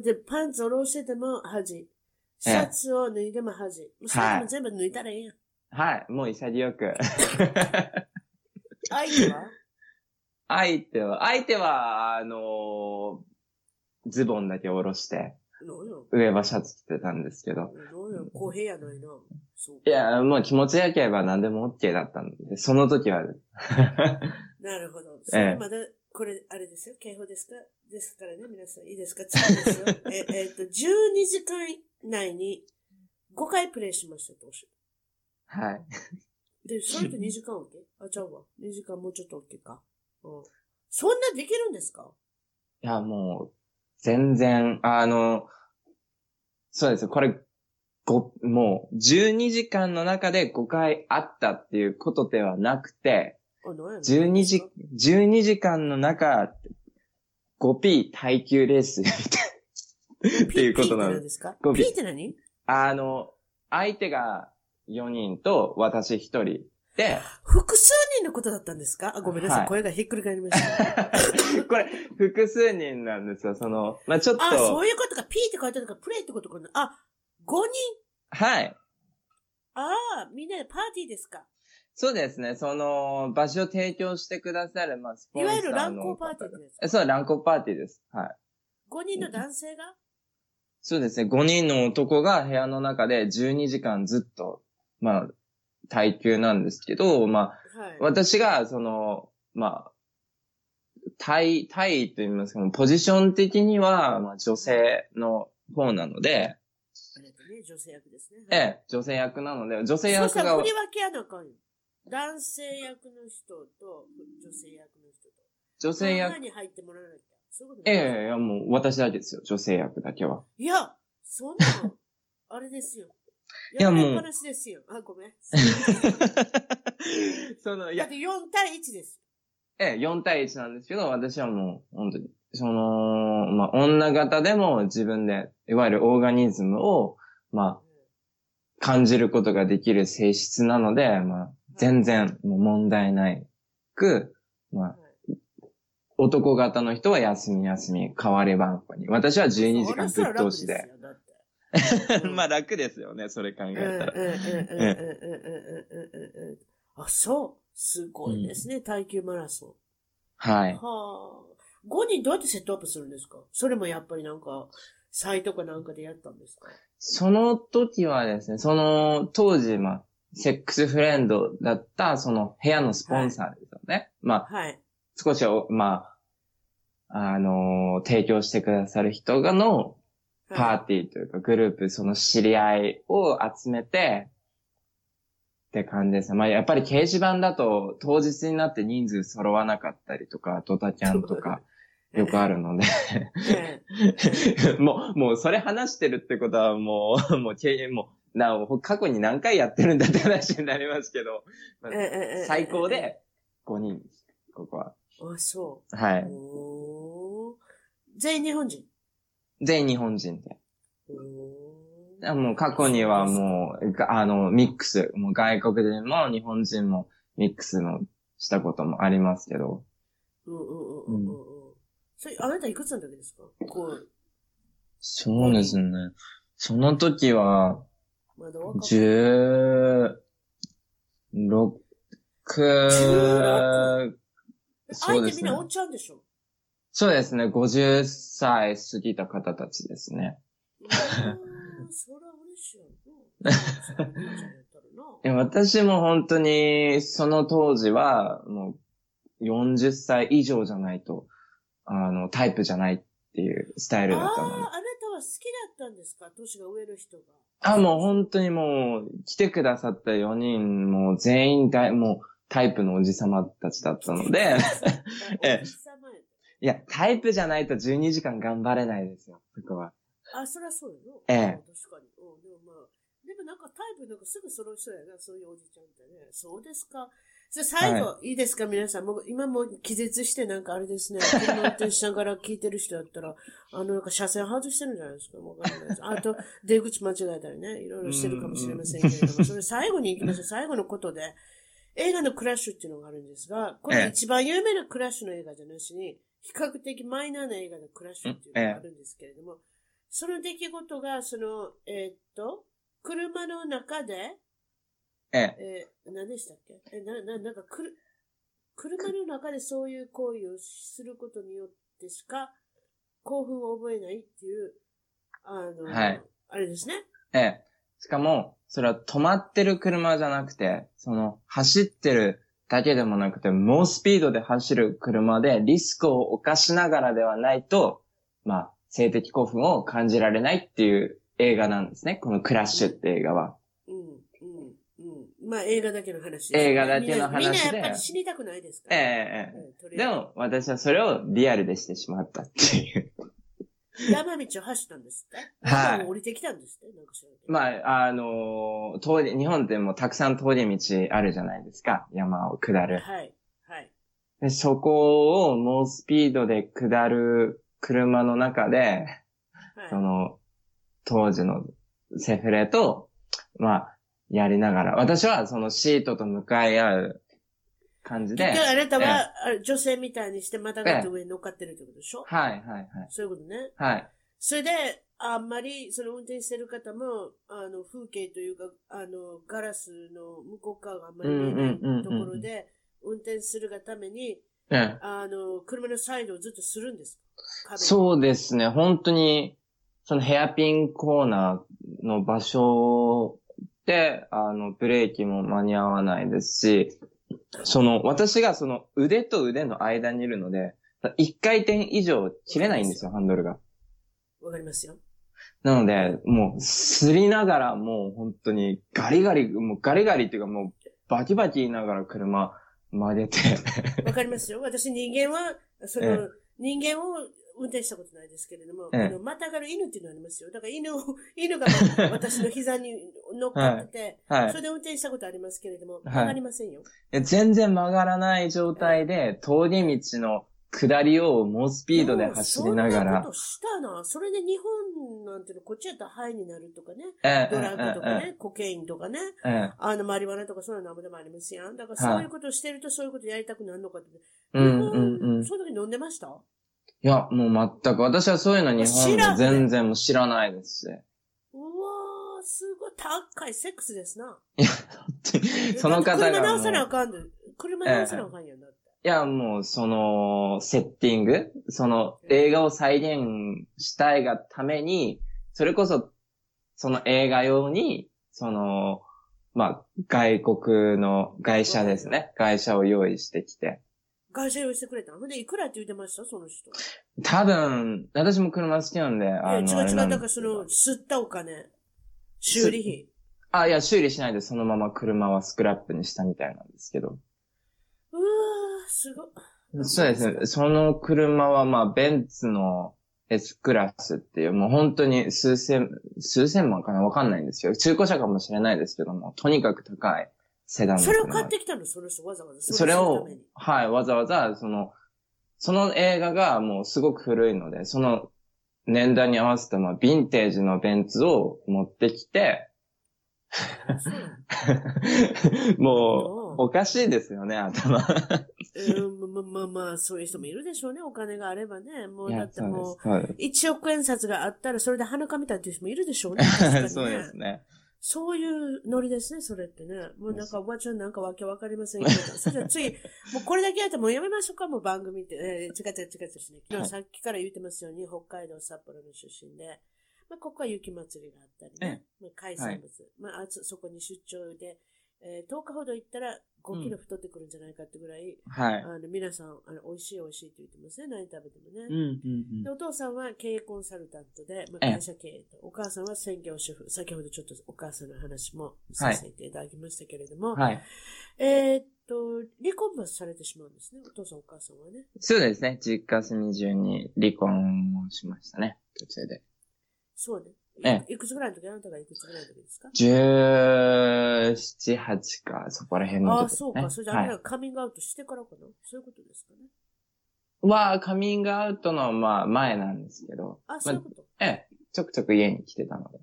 [SPEAKER 3] え。
[SPEAKER 1] で、パンツ下ろしてても恥。シャツを脱いでも恥。もうそれでも全部脱いだらいいやん。
[SPEAKER 3] はい。もう潔く。
[SPEAKER 1] 相手は
[SPEAKER 3] 相手は、相手は、あのズボンだけ下ろして、
[SPEAKER 1] どうよ。
[SPEAKER 3] 上はシャツ着てたんですけど。
[SPEAKER 1] どうよ。公平やないな。そう
[SPEAKER 3] いや、もう気持ちよければ何でも OK だったんで、その時は、
[SPEAKER 1] なるほど。それまだ、これ、あれですよ。警報ですかですからね、皆さん。いいですか次
[SPEAKER 3] <laughs>
[SPEAKER 1] ですよ。え、えっと、12時間以内に5回プレイしましたっておっしゃ
[SPEAKER 3] はい。
[SPEAKER 1] るで、それで2時間 OK? あ、ちゃうわ。2時間もうちょっと OK か。うん。そんなできるんですか
[SPEAKER 3] いや、もう、全然、あの、そうです。これ、ご、もう、12時間の中で5回あったっていうことではなくて、
[SPEAKER 1] あ、なんやねん
[SPEAKER 3] 12時、12時間の中、5P 耐久レースみたいなっていうことな
[SPEAKER 1] ピーって
[SPEAKER 3] の
[SPEAKER 1] 何。ですか
[SPEAKER 3] 語尾
[SPEAKER 1] ピーって何
[SPEAKER 3] あの、相手が4人と私1人で、
[SPEAKER 1] 複数人のことだったんですかあ、ごめんなさい。
[SPEAKER 3] はい
[SPEAKER 1] 声がひっくり返りま
[SPEAKER 3] <laughs>
[SPEAKER 1] した。
[SPEAKER 3] これ、複数人なんですよ。その、まあ、ちょっ
[SPEAKER 1] あ、そ
[SPEAKER 3] と、
[SPEAKER 1] ういうことか。ピーって書いてあるから、プレイってことかな。あ、5人。
[SPEAKER 3] はい。
[SPEAKER 1] ああ、みんなでパーティーですか。
[SPEAKER 3] そうですね。その、場所を提供してくださる、まあ、スポ
[SPEAKER 1] い
[SPEAKER 3] ンサ
[SPEAKER 1] わ
[SPEAKER 3] ーの
[SPEAKER 1] ゆる乱交パーティーってやつ。
[SPEAKER 3] えそう、乱交パーティーです。はい。
[SPEAKER 1] 5人の男性が
[SPEAKER 3] そうですね。5人の男が部屋の中で12時間ずっと、まあ、耐久なんですけど、まあ、
[SPEAKER 1] はい。
[SPEAKER 3] 私が、その、まあ、対、対と言いますか、ポジション的には、まあ、女性の方なので、
[SPEAKER 1] あれだね、女性役ですね。
[SPEAKER 3] え
[SPEAKER 1] はい
[SPEAKER 3] え、女性役なので、女性
[SPEAKER 1] そ
[SPEAKER 3] 役
[SPEAKER 1] したら
[SPEAKER 3] が
[SPEAKER 1] 振り、分けやなあかんよ。男性役の人と女性役の人と。
[SPEAKER 3] 女性役
[SPEAKER 1] 女、に入ってもらわなきゃ。そういうこと
[SPEAKER 3] え
[SPEAKER 1] な
[SPEAKER 3] え
[SPEAKER 1] い、
[SPEAKER 3] いや、もう私だけですよ、女性役だけは。
[SPEAKER 1] いや、そんなの、あれですよ。
[SPEAKER 3] いや
[SPEAKER 1] や
[SPEAKER 3] もう
[SPEAKER 1] もう。話ですよ。あ、ご
[SPEAKER 3] <laughs>
[SPEAKER 1] めん。
[SPEAKER 3] その、い
[SPEAKER 1] だっ
[SPEAKER 3] や、
[SPEAKER 1] て4対1です。
[SPEAKER 3] ええ、4対1なんですけど、私はもう、本当に、その、まあ、女型でも自分で、いわゆるオーガニズムを、まあ、感じることができる性質なので、まあ、全然もう問題ないく、まあ、男型の人は休み休み変わればんこに。私は12時間ぶっ通しで。
[SPEAKER 1] う
[SPEAKER 3] <laughs>
[SPEAKER 1] ん
[SPEAKER 3] あ楽ですよね、それ考
[SPEAKER 1] うんうんうんうんうんうんうんうんうんあ、そう。すごいですね、耐久マラソン。
[SPEAKER 3] はい。
[SPEAKER 1] はあ。5人どうやってセットアップするんですかそれもやっぱりなんか、サイトかなんかでやったんですか
[SPEAKER 3] その時はですね、その当時、まあ、セックスフレンドだった、その部屋のスポンサーですよね。まあ、
[SPEAKER 1] はい。
[SPEAKER 3] 少しお、まあ、あのー提供してくださる人がのパーティーというかグループ、その知り合いを集めて、って感じですね。まあ、やっぱり掲示板だと当日になって人数揃わなかったりとか、ドタキャンとか、よくあるので。 <laughs>
[SPEAKER 1] え
[SPEAKER 3] もう、もうそれ話してるってことはもう、もう、けもう、なお、過去に何回やってるんだって話になりますけど、
[SPEAKER 1] えええええ
[SPEAKER 3] 最高。で5人、ここは。
[SPEAKER 1] あ、そう。
[SPEAKER 3] はい。
[SPEAKER 1] おー全員日本人。
[SPEAKER 3] 全員日本人で。
[SPEAKER 1] おー
[SPEAKER 3] あもう過去にはもう、があの、ミックス、もう外国人も日本人もミックスのしたこともありますけど、
[SPEAKER 1] うんうんうんうんうんうん。それ、あなたいくつの時ですかこう、
[SPEAKER 3] そうですね。その時は、
[SPEAKER 1] まだ若い。
[SPEAKER 3] 十、六、
[SPEAKER 1] 16
[SPEAKER 3] そ
[SPEAKER 1] 相
[SPEAKER 3] うで
[SPEAKER 1] 手
[SPEAKER 3] す
[SPEAKER 1] みん
[SPEAKER 3] ね
[SPEAKER 1] な。おっちゃんで
[SPEAKER 3] <laughs>
[SPEAKER 1] しょ
[SPEAKER 3] そうですね。50歳過ぎた方たちですね。
[SPEAKER 1] うーんそれは嬉しいやんな。いいじゃんやったら
[SPEAKER 3] いや私も本当に、その当時は、もう、40歳以上じゃないと、あの、タイプじゃないっていうスタイルだ
[SPEAKER 1] なあ
[SPEAKER 3] った
[SPEAKER 1] あー、あ
[SPEAKER 3] の
[SPEAKER 1] な
[SPEAKER 3] で。
[SPEAKER 1] たは好きだったんですか年が上の人が。
[SPEAKER 3] あ、もう本当にもう、来てくださった4人、もう全員が、もう、タイプのおじさまたちだったの <laughs> で、ええ
[SPEAKER 1] おじさまや
[SPEAKER 3] いや、タイプじゃないと12時間頑張れないですよ、そこは。
[SPEAKER 1] あ、そりゃそうよ。
[SPEAKER 3] ええ
[SPEAKER 1] うん確かに。うん、でもまあ、でもなんかタイプなんかすぐ揃いそうやな、そういうおじちゃんってね。そうですか。じゃあ最後、い、いですか、皆さん。もう今もう気絶してなんかあれです <laughs> ね。車運転しながら聞いてる人だったら、あの、なんか車線外してるんじゃないですか。もうわかんないです。あと、出口間違えたりね、いろいろしてるかもしれませんけれども、それ最後に行きましょう。最後のことで、映画のクラッシュっていうのがあるんですが、こ
[SPEAKER 3] え
[SPEAKER 1] れ
[SPEAKER 3] え
[SPEAKER 1] 一番有名なクラッシュの映画じゃなしに、比較的マイナーな映画のクラッシュっていうのがあるんですけれども、その出来事が、その、えーっと、車の中で、
[SPEAKER 3] ええ。
[SPEAKER 1] えー何でしたっけえ、な、な、なんかくる、車の中でそういう行為をすることによってしか、興奮を覚えないっていう、あの、
[SPEAKER 3] はい
[SPEAKER 1] あれですね。
[SPEAKER 3] ええ。しかも、それは止まってる車じゃなくて、その、走ってるだけでもなくて、猛スピードで走る車で、リスクを冒しながらではないと、まあ、性的興奮を感じられないっていう映画なんですね。このクラッシュって映画は。
[SPEAKER 1] うん、うん、うん。まあ映画だけの話です、
[SPEAKER 3] 映画だけの話
[SPEAKER 1] み
[SPEAKER 3] で
[SPEAKER 1] んなみんなやっぱり死にたくないですか
[SPEAKER 3] え
[SPEAKER 1] ら。
[SPEAKER 3] えええ
[SPEAKER 1] うんと
[SPEAKER 3] ええ。
[SPEAKER 1] り
[SPEAKER 3] で
[SPEAKER 1] あえず
[SPEAKER 3] も、私はそれをリアルでしてしまったっていう。
[SPEAKER 1] 山道を走ったんですって。
[SPEAKER 3] はい
[SPEAKER 1] 降りてきたんですって。なんか知らないけど
[SPEAKER 3] <laughs> まあ、あのー通り、日本ってもうたくさん通り道あるじゃないですか。山を下る。
[SPEAKER 1] はい。はい。
[SPEAKER 3] で、そこを猛スピードで下る車の中で、そ
[SPEAKER 1] はい。
[SPEAKER 3] の、当時のセフレと、まあ、やりながら、私はそのシートと向かい合う感じで、
[SPEAKER 1] 結局あ
[SPEAKER 3] はい、
[SPEAKER 1] なた
[SPEAKER 3] え
[SPEAKER 1] は、あれ女性みたいにしてまたがって上に乗っかってるってことでしょ
[SPEAKER 3] はい、はい。
[SPEAKER 1] そういうことね。
[SPEAKER 3] はい。
[SPEAKER 1] それで、あんまり、その運転してる方も、あの、風景というか、あの、ガラスの向こう側があんまり見え
[SPEAKER 3] うんうんうんうんう
[SPEAKER 1] なんいところで、運転するがために、
[SPEAKER 3] ええ
[SPEAKER 1] あの、車のサイドをずっとするんですかう。
[SPEAKER 3] そうですね、本当に、そのヘアピンコーナーの場所で、あの、ブレーキも間に合わないですし、その、私がその腕と腕の間にいるので、一回転以上切れないんですよ、ハンドルが。
[SPEAKER 1] わかりますよ。
[SPEAKER 3] なので、もう、すりながら、もう本当に、ガリガリ、もうガリガリっていうか、もう、バキバキ言いながら車曲げて、
[SPEAKER 1] わかりますよ。私人間は、そ
[SPEAKER 3] ええ
[SPEAKER 1] の、人間を運転したことないですけれども、
[SPEAKER 3] ええ
[SPEAKER 1] あの、またがる犬っていうのありますよ。だから犬を、犬がま
[SPEAKER 3] <laughs>
[SPEAKER 1] あ私の膝に乗っかってて、
[SPEAKER 3] は
[SPEAKER 1] それで運転したことありますけれども、
[SPEAKER 3] はい
[SPEAKER 1] わかりませんよ。
[SPEAKER 3] い。全然曲がらない状態で、通り道の下りを猛スピードで走りな
[SPEAKER 1] で
[SPEAKER 3] が
[SPEAKER 1] もそんなこ
[SPEAKER 3] ら
[SPEAKER 1] と、したな。それで日本なんていうの、こっちやったらハイになるとかね、
[SPEAKER 3] え
[SPEAKER 1] ドラッグとか
[SPEAKER 3] え
[SPEAKER 1] ね、コケインとかね、
[SPEAKER 3] えええ
[SPEAKER 1] あの、マリワナとかそういうのなんぼでもありますやん。だから
[SPEAKER 3] はい
[SPEAKER 1] そういうことしてるとそういうことやりたくなるのかって。
[SPEAKER 3] えうんうんうん。い
[SPEAKER 1] その時飲んでました
[SPEAKER 3] や、もう全く、私はそういうの日本
[SPEAKER 1] 知ら
[SPEAKER 3] で
[SPEAKER 1] ん
[SPEAKER 3] 全然もう知らないですし。
[SPEAKER 1] うわー、すごい高いセックスですな。
[SPEAKER 3] その方
[SPEAKER 1] 車
[SPEAKER 3] が
[SPEAKER 1] 直
[SPEAKER 3] もう、
[SPEAKER 1] さなあ
[SPEAKER 3] い
[SPEAKER 1] かんで。車直さなあかんやんだって。
[SPEAKER 3] や、もう、その、セッティング、その、映画を再現したいがために、それこそ、その映画用に、その、まあ、外国の、外車ですね。外車を用意してきて。
[SPEAKER 1] 会社用意してくれたのほんで、いくらって言ってましたその人。い
[SPEAKER 3] 多分、私も車好きなんで、
[SPEAKER 1] や、
[SPEAKER 3] あ
[SPEAKER 1] 違う
[SPEAKER 3] の、あ
[SPEAKER 1] 違
[SPEAKER 3] れ
[SPEAKER 1] う。だ
[SPEAKER 3] なん
[SPEAKER 1] か
[SPEAKER 3] で
[SPEAKER 1] ら
[SPEAKER 3] す
[SPEAKER 1] そ
[SPEAKER 3] けど
[SPEAKER 1] の、吸ったお金。修理費。
[SPEAKER 3] あ、いや、修理しないでそのまま車はスクラップにしたみたいなんですけど。
[SPEAKER 1] うわー、すごい。
[SPEAKER 3] そうですね。その車は、まあ、ベンツの S クラスっていう、もう本当に数千、数千万かなわかんないんですよ。中古車かもしれないですけども、とにかく高いセダンの
[SPEAKER 1] そ
[SPEAKER 3] 車
[SPEAKER 1] れを買ってきたのその人、わざわざ。
[SPEAKER 3] それ
[SPEAKER 1] するた
[SPEAKER 3] を
[SPEAKER 1] めに、
[SPEAKER 3] はい、わざわざ、その、その映画がもうすごく古いので、その年代に合わせた、まあ、ヴィンテージのベンツを持ってきて、
[SPEAKER 1] そうなの
[SPEAKER 3] <laughs> もう、おかしいですよね、頭。
[SPEAKER 1] うん、まままあまあ、そういう人もいるでしょうね。お金があればね。もう、
[SPEAKER 3] い
[SPEAKER 1] だ
[SPEAKER 3] や
[SPEAKER 1] ってもう、
[SPEAKER 3] そうです
[SPEAKER 1] 1億円札があったら、それで鼻かみたいっていう人もいるでしょう
[SPEAKER 3] <laughs>
[SPEAKER 1] ね。
[SPEAKER 3] そう
[SPEAKER 1] 確かに
[SPEAKER 3] で
[SPEAKER 1] ね
[SPEAKER 3] す。そうですね。
[SPEAKER 1] そういうノリですね、それってね。もうなんかおばちゃんなんかわけわかりま <laughs> せんけど。それじゃあ次、もうこれだけやったらもうやめましょうか、もう番組って。 <laughs> えー、違う違う違う違うですね。昨日さっきから言ってますように、北海道札幌の出身で、まあここは雪祭りがあったりね。まあ、海産物。まああそそこに出張で、えー10日ほど行ったら5キロ太ってくるんじゃないかってぐらい、
[SPEAKER 3] はい。
[SPEAKER 1] あの皆さんあの、美味しい美味しいって言ってますね、何食べてもね。
[SPEAKER 3] うんうん
[SPEAKER 1] でお父さんは経営コンサルタントで、まあ、
[SPEAKER 3] ええ
[SPEAKER 1] 会社経営と、お母さんは専業主婦、先ほどちょっとお母さんの話もさせていただきましたけれども、
[SPEAKER 3] うん。はい。
[SPEAKER 1] えーっと、離婚もされてしまうんですね、お父さんお母さんはね。
[SPEAKER 3] そうですね。実家住み中に離婚をしましたね。途中で。
[SPEAKER 1] そうね。
[SPEAKER 3] え
[SPEAKER 1] いくつぐらいの時あなたがいくつぐらいの時ですか
[SPEAKER 3] 17、8か、そこら辺の
[SPEAKER 1] ああ、
[SPEAKER 3] 時です
[SPEAKER 1] そ
[SPEAKER 3] ね。
[SPEAKER 1] うか。それであ
[SPEAKER 3] は
[SPEAKER 1] ないたがカミングアウトしてからかな、そういうことですかね。
[SPEAKER 3] は、カミングアウトの、まあ、前なんですけど、
[SPEAKER 1] あそういうこと。
[SPEAKER 3] ええ、ちょくちょく家に来てたので。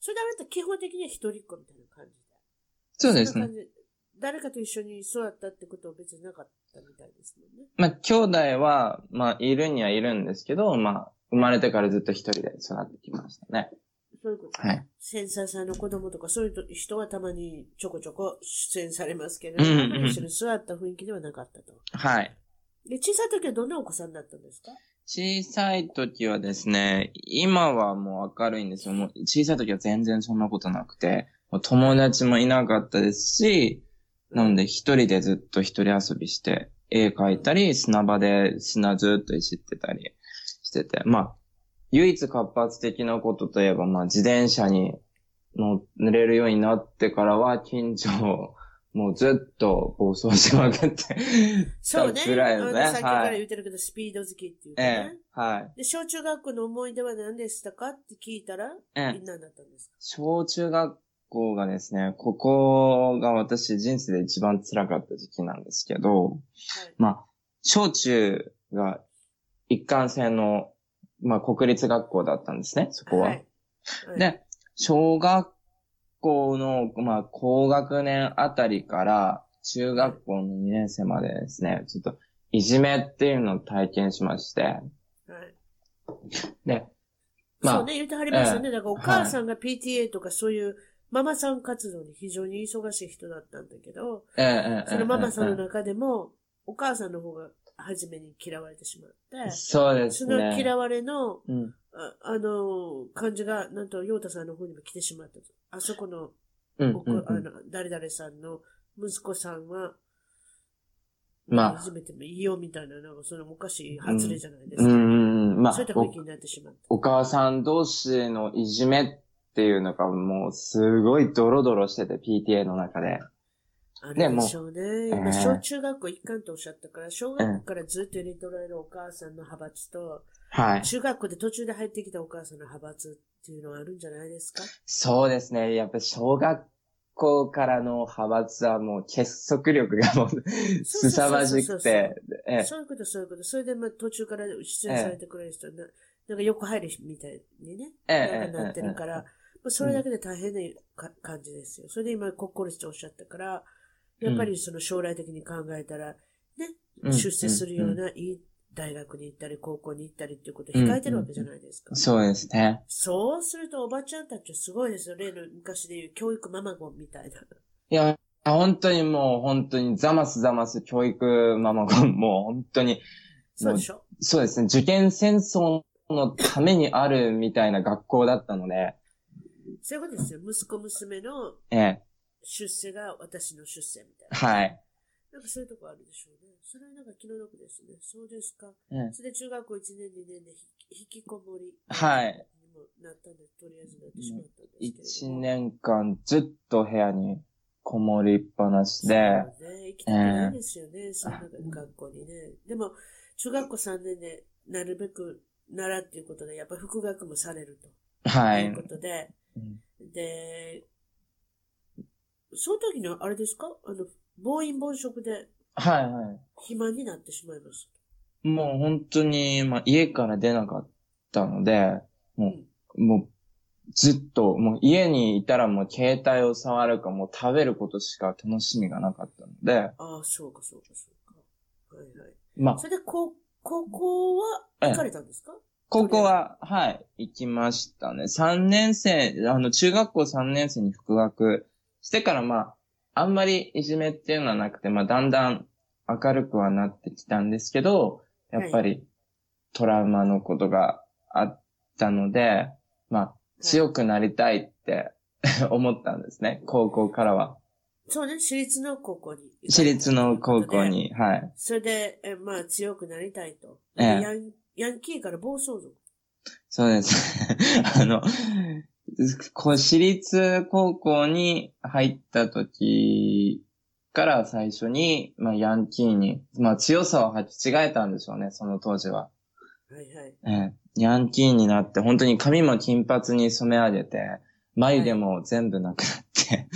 [SPEAKER 1] それであなた基本的には一人っ子みたいな感じで。
[SPEAKER 3] そうです
[SPEAKER 1] んな
[SPEAKER 3] ね
[SPEAKER 1] 感。じ。誰かと一緒に育ったってことは別になかったみたいですもんね。
[SPEAKER 3] まあ、兄弟は、まあ、いるにはいるんですけど、まあ、生まれてからずっと一人で育ってきましたね。
[SPEAKER 1] そういうこと。
[SPEAKER 3] はい。
[SPEAKER 1] センサーさんの子供とかそういう人はたまにちょこちょこ出演されますけれど
[SPEAKER 3] うん
[SPEAKER 1] も、
[SPEAKER 3] うん
[SPEAKER 1] あまり一緒に座った雰囲気ではなかったと。
[SPEAKER 3] はい。
[SPEAKER 1] で、小さい時はどんなお子さんだったんですか
[SPEAKER 3] 小さい時はですね、今はもう明るいんですよ。もう小さい時は全然そんなことなくて、もう友達もいなかったですし、なので一人でずっと一人遊びして、絵描いたり、砂場で砂ずっといじってたりしてて、まあ、唯一活発的なことといえば、まあ自転車に乗れるようになってからは、近所をもうずっと暴走しまくって、
[SPEAKER 1] そうね。
[SPEAKER 3] ぐらいのね
[SPEAKER 1] あの先から
[SPEAKER 3] はい
[SPEAKER 1] 言ってるけど、スピード好きっていうか
[SPEAKER 3] え
[SPEAKER 1] ね。
[SPEAKER 3] え、はい。
[SPEAKER 1] で、小中学校の思い出は何でしたかって聞いたら、
[SPEAKER 3] ええ
[SPEAKER 1] みんなだったんですか
[SPEAKER 3] 小中学校がですね、ここが私人生で一番辛かった時期なんですけど、
[SPEAKER 1] はい。
[SPEAKER 3] まあ、小中が一貫性の、まあ、国立学校だったんですね、そこは。
[SPEAKER 1] はい。はい、
[SPEAKER 3] で、小学校の、まあ、高学年あたりから中学校の2年生までですね、ちょっといじめっていうのを体験しまして、
[SPEAKER 1] はい
[SPEAKER 3] で、まあ
[SPEAKER 1] そうね、言ってはりました
[SPEAKER 3] え
[SPEAKER 1] ね。だからお母さんが PTA とかそういうママさん活動に非常に忙しい人だったんだけど、
[SPEAKER 3] ええええ
[SPEAKER 1] そのママさんの
[SPEAKER 3] え
[SPEAKER 1] 中でも、お母さんの方が初めに嫌われてしま
[SPEAKER 3] え
[SPEAKER 1] って、
[SPEAKER 3] そうで
[SPEAKER 1] そ
[SPEAKER 3] す
[SPEAKER 1] の
[SPEAKER 3] ね。
[SPEAKER 1] 嫌われの、
[SPEAKER 3] うん
[SPEAKER 1] ああの、感じが、なんと、ヨウタさんの方にも来てしまったと。あそこの、
[SPEAKER 3] うん
[SPEAKER 1] おこ
[SPEAKER 3] うん
[SPEAKER 1] あ
[SPEAKER 3] うん
[SPEAKER 1] の、誰々さんの息子さんは、
[SPEAKER 3] まあ
[SPEAKER 1] いじめてもいいよみたいな、なんかそのおかしい発令じゃないです
[SPEAKER 3] う
[SPEAKER 1] か。
[SPEAKER 3] んうんうん、まあ
[SPEAKER 1] そういった雰囲気になってしまった。
[SPEAKER 3] お、お母さん同士のいじめっていうのがもうすごいドロドロしてて、PTA の中で。
[SPEAKER 1] あれで
[SPEAKER 3] ねもう
[SPEAKER 1] しょうね。
[SPEAKER 3] え
[SPEAKER 1] 今、
[SPEAKER 3] え
[SPEAKER 1] 小中学校一貫とおっしゃったから、小学校からずっと入れておられるお母さんの派閥と、
[SPEAKER 3] はい。
[SPEAKER 1] 中学校で途中で入ってきたお母さんの派閥っていうのはあるんじゃないですか
[SPEAKER 3] そうですね。やっぱ小学校からの派閥はもう結束力がもう
[SPEAKER 1] そうそうそうそう
[SPEAKER 3] 凄まじくて、ええ
[SPEAKER 1] そういうこと、そういうこと。それで、まあ、途中から出演されてくれる人な、なんかよく入るみたいにね、
[SPEAKER 3] ええ
[SPEAKER 1] なんかなってるから、
[SPEAKER 3] ええ
[SPEAKER 1] まあそれだけで大変なか感じですよ。それで今、国公立とおっしゃったから、やっぱりその将来的に考えたら、
[SPEAKER 3] うん
[SPEAKER 1] 出世するようん
[SPEAKER 3] ん
[SPEAKER 1] ないい大学に行ったり、高校に行ったりっていうことを控えてるわけじゃないですか。
[SPEAKER 3] そうですね。
[SPEAKER 1] そうすると、おばちゃんたちはすごいですよ。例の昔で言う教育ママゴンみたいな。
[SPEAKER 3] いや、本当にもう本当にざますざます教育ママがもう本当に、
[SPEAKER 1] そうでしょ
[SPEAKER 3] そうですね。受験戦争のためにあるみたいな学校だったので、
[SPEAKER 1] そういうことですよ。息子娘の
[SPEAKER 3] ええ、
[SPEAKER 1] 出世が私の出世みたいな。
[SPEAKER 3] はい。
[SPEAKER 1] なんかそういうとこあるでしょうね。それはなんか気の毒ですね。そうですか。
[SPEAKER 3] ええ
[SPEAKER 1] それで中学校1年、2年で引き引きこもり。
[SPEAKER 3] はい。
[SPEAKER 1] にもなったんで、とりあえずなってしまったんですけ
[SPEAKER 3] 一
[SPEAKER 1] れども。
[SPEAKER 3] 年間ずっと部屋にこもりっぱなしで、
[SPEAKER 1] そうね、行きたくないですよね、そんな学校にね。でも、中学校3年で、なるべく習っていうことで、やっぱ復学もされると
[SPEAKER 3] はいいう
[SPEAKER 1] こ。とで、
[SPEAKER 3] うん
[SPEAKER 1] で、その時のあれですかあの、暴飲暴食で
[SPEAKER 3] はいは
[SPEAKER 1] 肥満になってしまいます。
[SPEAKER 3] い。もう本当に、まあ、家から出なかったので、もう、もう、ずっと、もう家にいたらもう携帯を触るか、もう食べることしか楽しみがなかったので、
[SPEAKER 1] ああ、そうか、そうか、そうか。はいはい。
[SPEAKER 3] まあ
[SPEAKER 1] そ、れで、高高校は行かれたんですか、
[SPEAKER 3] 高校は、はい、行きましたね。3年生、あの、中学校3年生に復学してから、まあ、あんまりいじめっていうのはなくて、まあ、だんだん明るくはなってきたんですけど、やっぱりトラウマのことがあったので、まあ、強くなりたいって <laughs> 思ったんですね、高校からは。
[SPEAKER 1] そうね、私立の高校に。
[SPEAKER 3] 私立の高校。に、はい。
[SPEAKER 1] それで、えまあ、強くなりたいと。
[SPEAKER 3] ええ
[SPEAKER 1] ヤンヤンキーから暴走族。
[SPEAKER 3] そうです。あの、こう私立高校に入った時から最初に、まあ、ヤンキーに、まあ、強さを履き違えたんでしょうね、その当時は。
[SPEAKER 1] はいはい。
[SPEAKER 3] ええヤンキーになって、本当に髪も金髪に染め上げて、眉毛も全部なくなって。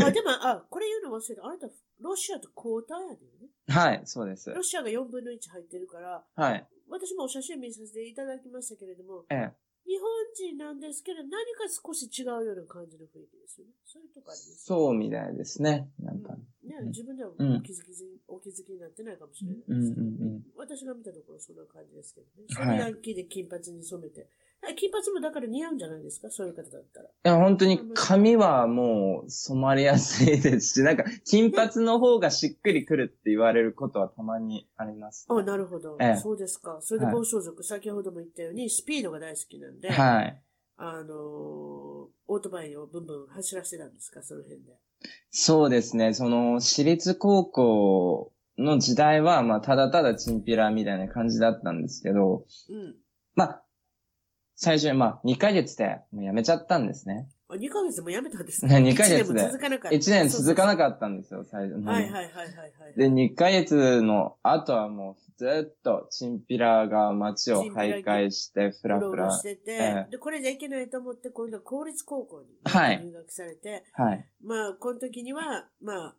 [SPEAKER 1] う
[SPEAKER 3] <laughs>
[SPEAKER 1] ん、あでも、あ、これ言うの忘れた。あなた、ロシアと交代やねんね。
[SPEAKER 3] はい、そうです。
[SPEAKER 1] ロシアが4分の1入ってるから、
[SPEAKER 3] はい。
[SPEAKER 1] 私もお写真見させていただきましたけれども、
[SPEAKER 3] ええ
[SPEAKER 1] 日本人なんですけど、何か少し違うような感じの雰囲気ですよね。そういうとこあります。
[SPEAKER 3] そうみたいですね。なんか、
[SPEAKER 1] ね
[SPEAKER 3] う、ん
[SPEAKER 1] 自分では
[SPEAKER 3] うん
[SPEAKER 1] お気づきず、お気づきになってないかもしれない
[SPEAKER 3] うん
[SPEAKER 1] で
[SPEAKER 3] う
[SPEAKER 1] すけど、
[SPEAKER 3] んうん
[SPEAKER 1] 私が見たところそんな感じですけどね。
[SPEAKER 3] はい
[SPEAKER 1] そのヤンキーで金髪に染めて、金髪もだから似合うんじゃないですかそういう方だったら。
[SPEAKER 3] いや、本当に髪はもう染まりやすいですし、なんか金髪の方がしっくりくるって言われることはたまにあります。
[SPEAKER 1] あなるほど、
[SPEAKER 3] ええ
[SPEAKER 1] そうですか。それで
[SPEAKER 3] はい
[SPEAKER 1] 暴走族、先ほども言ったように、スピードが大好きなんで、
[SPEAKER 3] はい。
[SPEAKER 1] あのーオートバイをブンブン走らせてたんですかその辺で。
[SPEAKER 3] そうですね。その、私立高校の時代は、まあ、ただただチンピラみたいな感じだったんですけど、
[SPEAKER 1] うん。
[SPEAKER 3] まあ、最初に、まあ、2ヶ月でもうやめちゃったんですね。
[SPEAKER 1] あ、2ヶ月でもやめたんです
[SPEAKER 3] <laughs> ね二ヶ月で
[SPEAKER 1] 1年も続かなかった。
[SPEAKER 3] 1年続かな
[SPEAKER 1] っ
[SPEAKER 3] かったんですよ、最初。
[SPEAKER 1] たはいはいはいはいはい。
[SPEAKER 3] で、2ヶ月の後はもうずっとチンピラが街を徘徊して、ふら
[SPEAKER 1] うろ
[SPEAKER 3] ふ
[SPEAKER 1] うろ
[SPEAKER 3] ら。
[SPEAKER 1] してて、
[SPEAKER 3] ええ
[SPEAKER 1] で、これじゃいけないと思って、今度は公立高校に
[SPEAKER 3] はい
[SPEAKER 1] 入学されて、
[SPEAKER 3] はい。
[SPEAKER 1] まあ、この時には、まあ、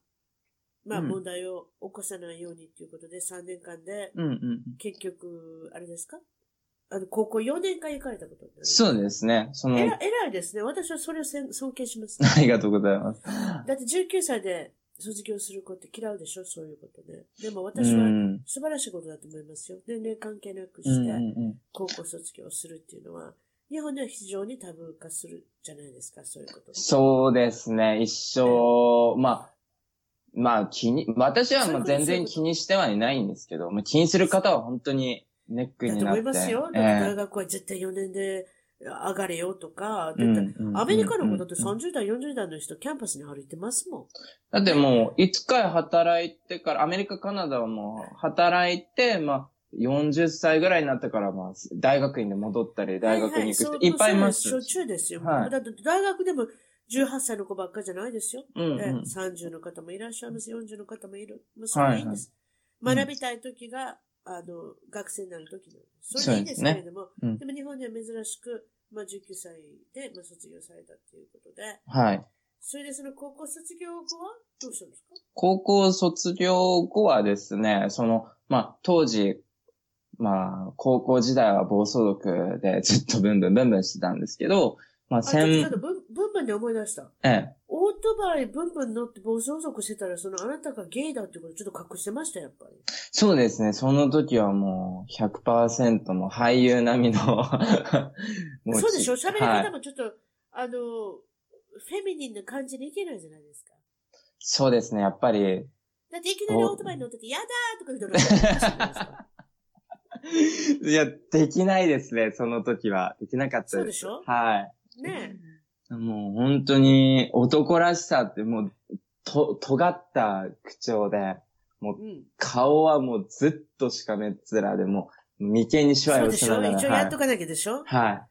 [SPEAKER 1] まあ、
[SPEAKER 3] うん
[SPEAKER 1] 問題を起こさないようにということで、3年間で、
[SPEAKER 3] うんうん。
[SPEAKER 1] 結局、あれですかあの、高校4年間行かれたことになる。う。
[SPEAKER 3] そうですね。その、
[SPEAKER 1] えら偉いですね。私はそれをせん尊敬し
[SPEAKER 3] <laughs>
[SPEAKER 1] ます。
[SPEAKER 3] ありがとうございます。
[SPEAKER 1] だって19歳で卒業する子って嫌うでしょそういうことね。でも
[SPEAKER 3] う
[SPEAKER 1] 私は
[SPEAKER 3] ん。
[SPEAKER 1] 素晴らしいことだと思いますよ。年齢関係なく
[SPEAKER 3] うんうん
[SPEAKER 1] して、
[SPEAKER 3] うん
[SPEAKER 1] 高校卒業するっていうのは、日本では非常にタブー化するじゃないですか、そういうこと。
[SPEAKER 3] そうですね。一生、まあ、まあ気に、私は
[SPEAKER 1] そういう
[SPEAKER 3] まあ
[SPEAKER 1] ことそういう
[SPEAKER 3] 全然
[SPEAKER 1] こと
[SPEAKER 3] 気にしてはいないんですけど、まあ、気にする方は本当にネック
[SPEAKER 1] だ
[SPEAKER 3] に
[SPEAKER 1] と
[SPEAKER 3] なっ
[SPEAKER 1] 思
[SPEAKER 3] て。
[SPEAKER 1] いますよ。だ
[SPEAKER 3] え
[SPEAKER 1] って
[SPEAKER 3] え
[SPEAKER 1] 大学は絶対4年で上がれよとか、
[SPEAKER 3] うん
[SPEAKER 1] だって
[SPEAKER 3] うんうん
[SPEAKER 1] アメリカの子だって
[SPEAKER 3] うん
[SPEAKER 1] 30代、40代の人、キャンパスに歩いてますもん。
[SPEAKER 3] だってもう、一回働いてから、アメリカ、カナダはもう、働いて、まあ、40歳ぐらいになってから、まあ、大学院で戻ったり、大学に行く人、いっぱいいます。
[SPEAKER 1] しょっちゅうですよ。
[SPEAKER 3] はい
[SPEAKER 1] だって大学でも18歳の子ばっかじゃないですよ。
[SPEAKER 3] うん、
[SPEAKER 1] ええ
[SPEAKER 3] うん。
[SPEAKER 1] 30の方もいらっしゃいます、40の方もいる。もうそれでいいんです。
[SPEAKER 3] はいはい
[SPEAKER 1] 学びたい時が、あの、学生になる時なんです。それでいいんです
[SPEAKER 3] そうですね
[SPEAKER 1] けれども、
[SPEAKER 3] うん
[SPEAKER 1] でも日本では珍しく、まあ、19歳で、まあ、卒業されたっていうことで、
[SPEAKER 3] はい。
[SPEAKER 1] それでその高校卒業後はどうしたんですか
[SPEAKER 3] 高校卒業後はですね、その、まあ、当時、まあ、高校時代は暴走族でずっとブンブンブンブンしてたんですけど、まあ、
[SPEAKER 1] あ、ちょっとちょ
[SPEAKER 3] 専
[SPEAKER 1] っと、ブンブンブンで思い出した。
[SPEAKER 3] ええ、
[SPEAKER 1] オートバイブンブン乗って暴走族してたら、そのあなたがゲイだってことちょっと隠してました、やっぱり。
[SPEAKER 3] そうですね、その時はもう100%もう俳優並みのも
[SPEAKER 1] そうでしょ喋り
[SPEAKER 3] はい
[SPEAKER 1] 方もちょっと、あの、フェミニンな感じにいけないじゃないですか。
[SPEAKER 3] そうですね、やっぱ
[SPEAKER 1] <laughs>
[SPEAKER 3] り、
[SPEAKER 1] だっていきなりオートバイに乗ってて、やだーとか言うとらしいじゃないですか
[SPEAKER 3] いや、できないですね、その時は。できなかったです。
[SPEAKER 1] そうでしょ
[SPEAKER 3] は
[SPEAKER 1] <laughs> ね
[SPEAKER 3] い。もう本当に男らしさってもう、と、尖った口調で、
[SPEAKER 1] え。うん。
[SPEAKER 3] 顔はもうずっとしかめっ面で、もう眉間にシワ
[SPEAKER 1] そう
[SPEAKER 3] を
[SPEAKER 1] で
[SPEAKER 3] し
[SPEAKER 1] し
[SPEAKER 3] な
[SPEAKER 1] ょ
[SPEAKER 3] がら。
[SPEAKER 1] 一応やっとかなきゃでしょ、
[SPEAKER 3] はい。は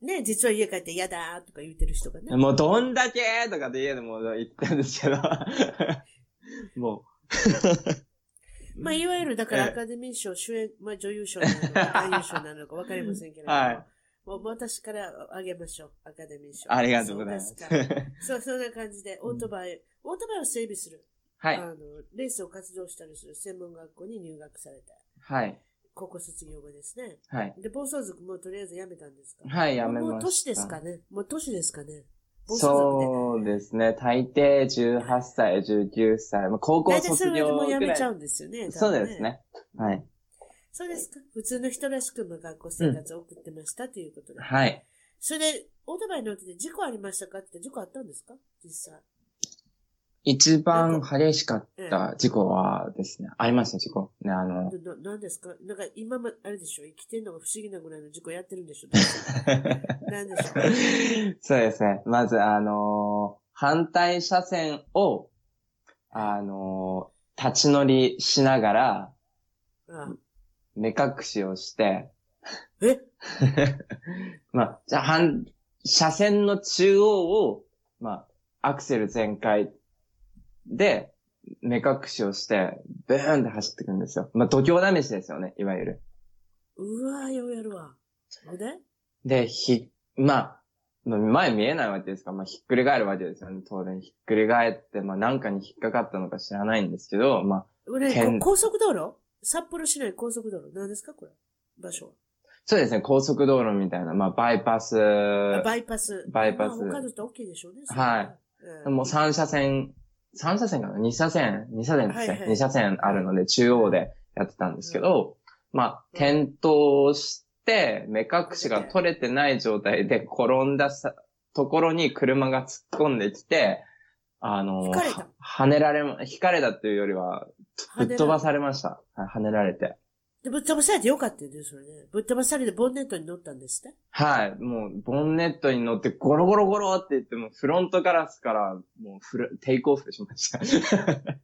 [SPEAKER 1] ね実は家帰って、やだーとか言ってる人がね
[SPEAKER 3] い。。もうどんだけとかで家でもう言ったんですけど。 <laughs> も
[SPEAKER 1] <laughs> まあ、いわゆる、だか
[SPEAKER 3] え
[SPEAKER 1] ら
[SPEAKER 3] え
[SPEAKER 1] アカデミー賞、主演、まあ、女優賞なのか、男優賞なのか分かりませんけれども、
[SPEAKER 3] <laughs> はい
[SPEAKER 1] もう私からあげましょう、アカデミー
[SPEAKER 3] う、
[SPEAKER 1] 賞。
[SPEAKER 3] ありがとうございます
[SPEAKER 1] そう。でかそう、そんな感じで、オートバイ、オートバイを整備する、
[SPEAKER 3] <laughs> はい
[SPEAKER 1] あ。の、レースを活動したりする専門学校に入学された。
[SPEAKER 3] はい。
[SPEAKER 1] 高校卒業後ですね。
[SPEAKER 3] はい。
[SPEAKER 1] で、暴走族もとりあえず辞めたんですか
[SPEAKER 3] はい、やめました。
[SPEAKER 1] もう年ですかね。もう年ですかね。暴走族で。
[SPEAKER 3] そうですね。大抵18歳、19歳。まあ、高校
[SPEAKER 1] 大体そ
[SPEAKER 3] 卒
[SPEAKER 1] れぐらい
[SPEAKER 3] 業
[SPEAKER 1] でもう
[SPEAKER 3] ぐら
[SPEAKER 1] 辞
[SPEAKER 3] い。
[SPEAKER 1] めちゃうんですよね。多
[SPEAKER 3] そう
[SPEAKER 1] 分
[SPEAKER 3] です。ね。はい。
[SPEAKER 1] そうですか。普通の人らしくまあ学校生活を送ってましたということで。
[SPEAKER 3] はい。
[SPEAKER 1] それで、オートバイ乗ってて事故ありましたかって事故あったんですか実際。
[SPEAKER 3] 一番激しかった事故はですね、ありました、事故。ね、あ
[SPEAKER 1] な、
[SPEAKER 3] の、 <laughs>
[SPEAKER 1] なんですかなんか今ま、あれでしょ生きてんのが不思議なぐらいの事故やってるんで
[SPEAKER 3] <laughs>
[SPEAKER 1] しょなんでしょう
[SPEAKER 3] そうですね。まず、あのー反対車線を、あのー立ち乗りしながら、
[SPEAKER 1] ああ
[SPEAKER 3] 目隠しをして、
[SPEAKER 1] え
[SPEAKER 3] <laughs> まあ、じゃあ、反車線の中央を、まあ、アクセル全開で、目隠しをして、ブーンって走ってくんですよ。まあ、度胸試しですよね、いわゆる。
[SPEAKER 1] うわーようやるわ。ほんで
[SPEAKER 3] で、ひ、まあ、前見えないわけですから、まあ、ひっくり返るわけですよね、当然。ひっくり返って、まあ、なんかに引っかかったのか知らないんですけど、まあ、
[SPEAKER 1] これ
[SPEAKER 3] 県
[SPEAKER 1] こ高速道路札幌市内高速道路。何ですかこれ。場所
[SPEAKER 3] そうですね、高速道路みたいな、まあ、バイパス、
[SPEAKER 1] は。あバイパス。
[SPEAKER 3] バイパス
[SPEAKER 1] まあ、他の人大きいでしょうね。
[SPEAKER 3] はい
[SPEAKER 1] それは。うん
[SPEAKER 3] もう3車線、3車線かな ?2 車線、2車線ですね。
[SPEAKER 1] はいはい
[SPEAKER 3] 2車線あるので、中央でやってたんですけど、まあ、転倒しって、目隠しが取れてない状態で転んださところに車が突っ込んできて、あの、
[SPEAKER 1] ひかれた
[SPEAKER 3] は跳ねられま、ひかれたというよりは、ぶっ飛ば
[SPEAKER 1] れ
[SPEAKER 3] されました。はい跳ねられて。
[SPEAKER 1] でぶっ飛ばされてよかったよね、それね。ぶっ飛ばされてボンネットに乗ったんですって。
[SPEAKER 3] はい。もう、ボンネットに乗ってゴロゴロゴロって言って、もうフロントガラスから、もうフル、テイクオフしました。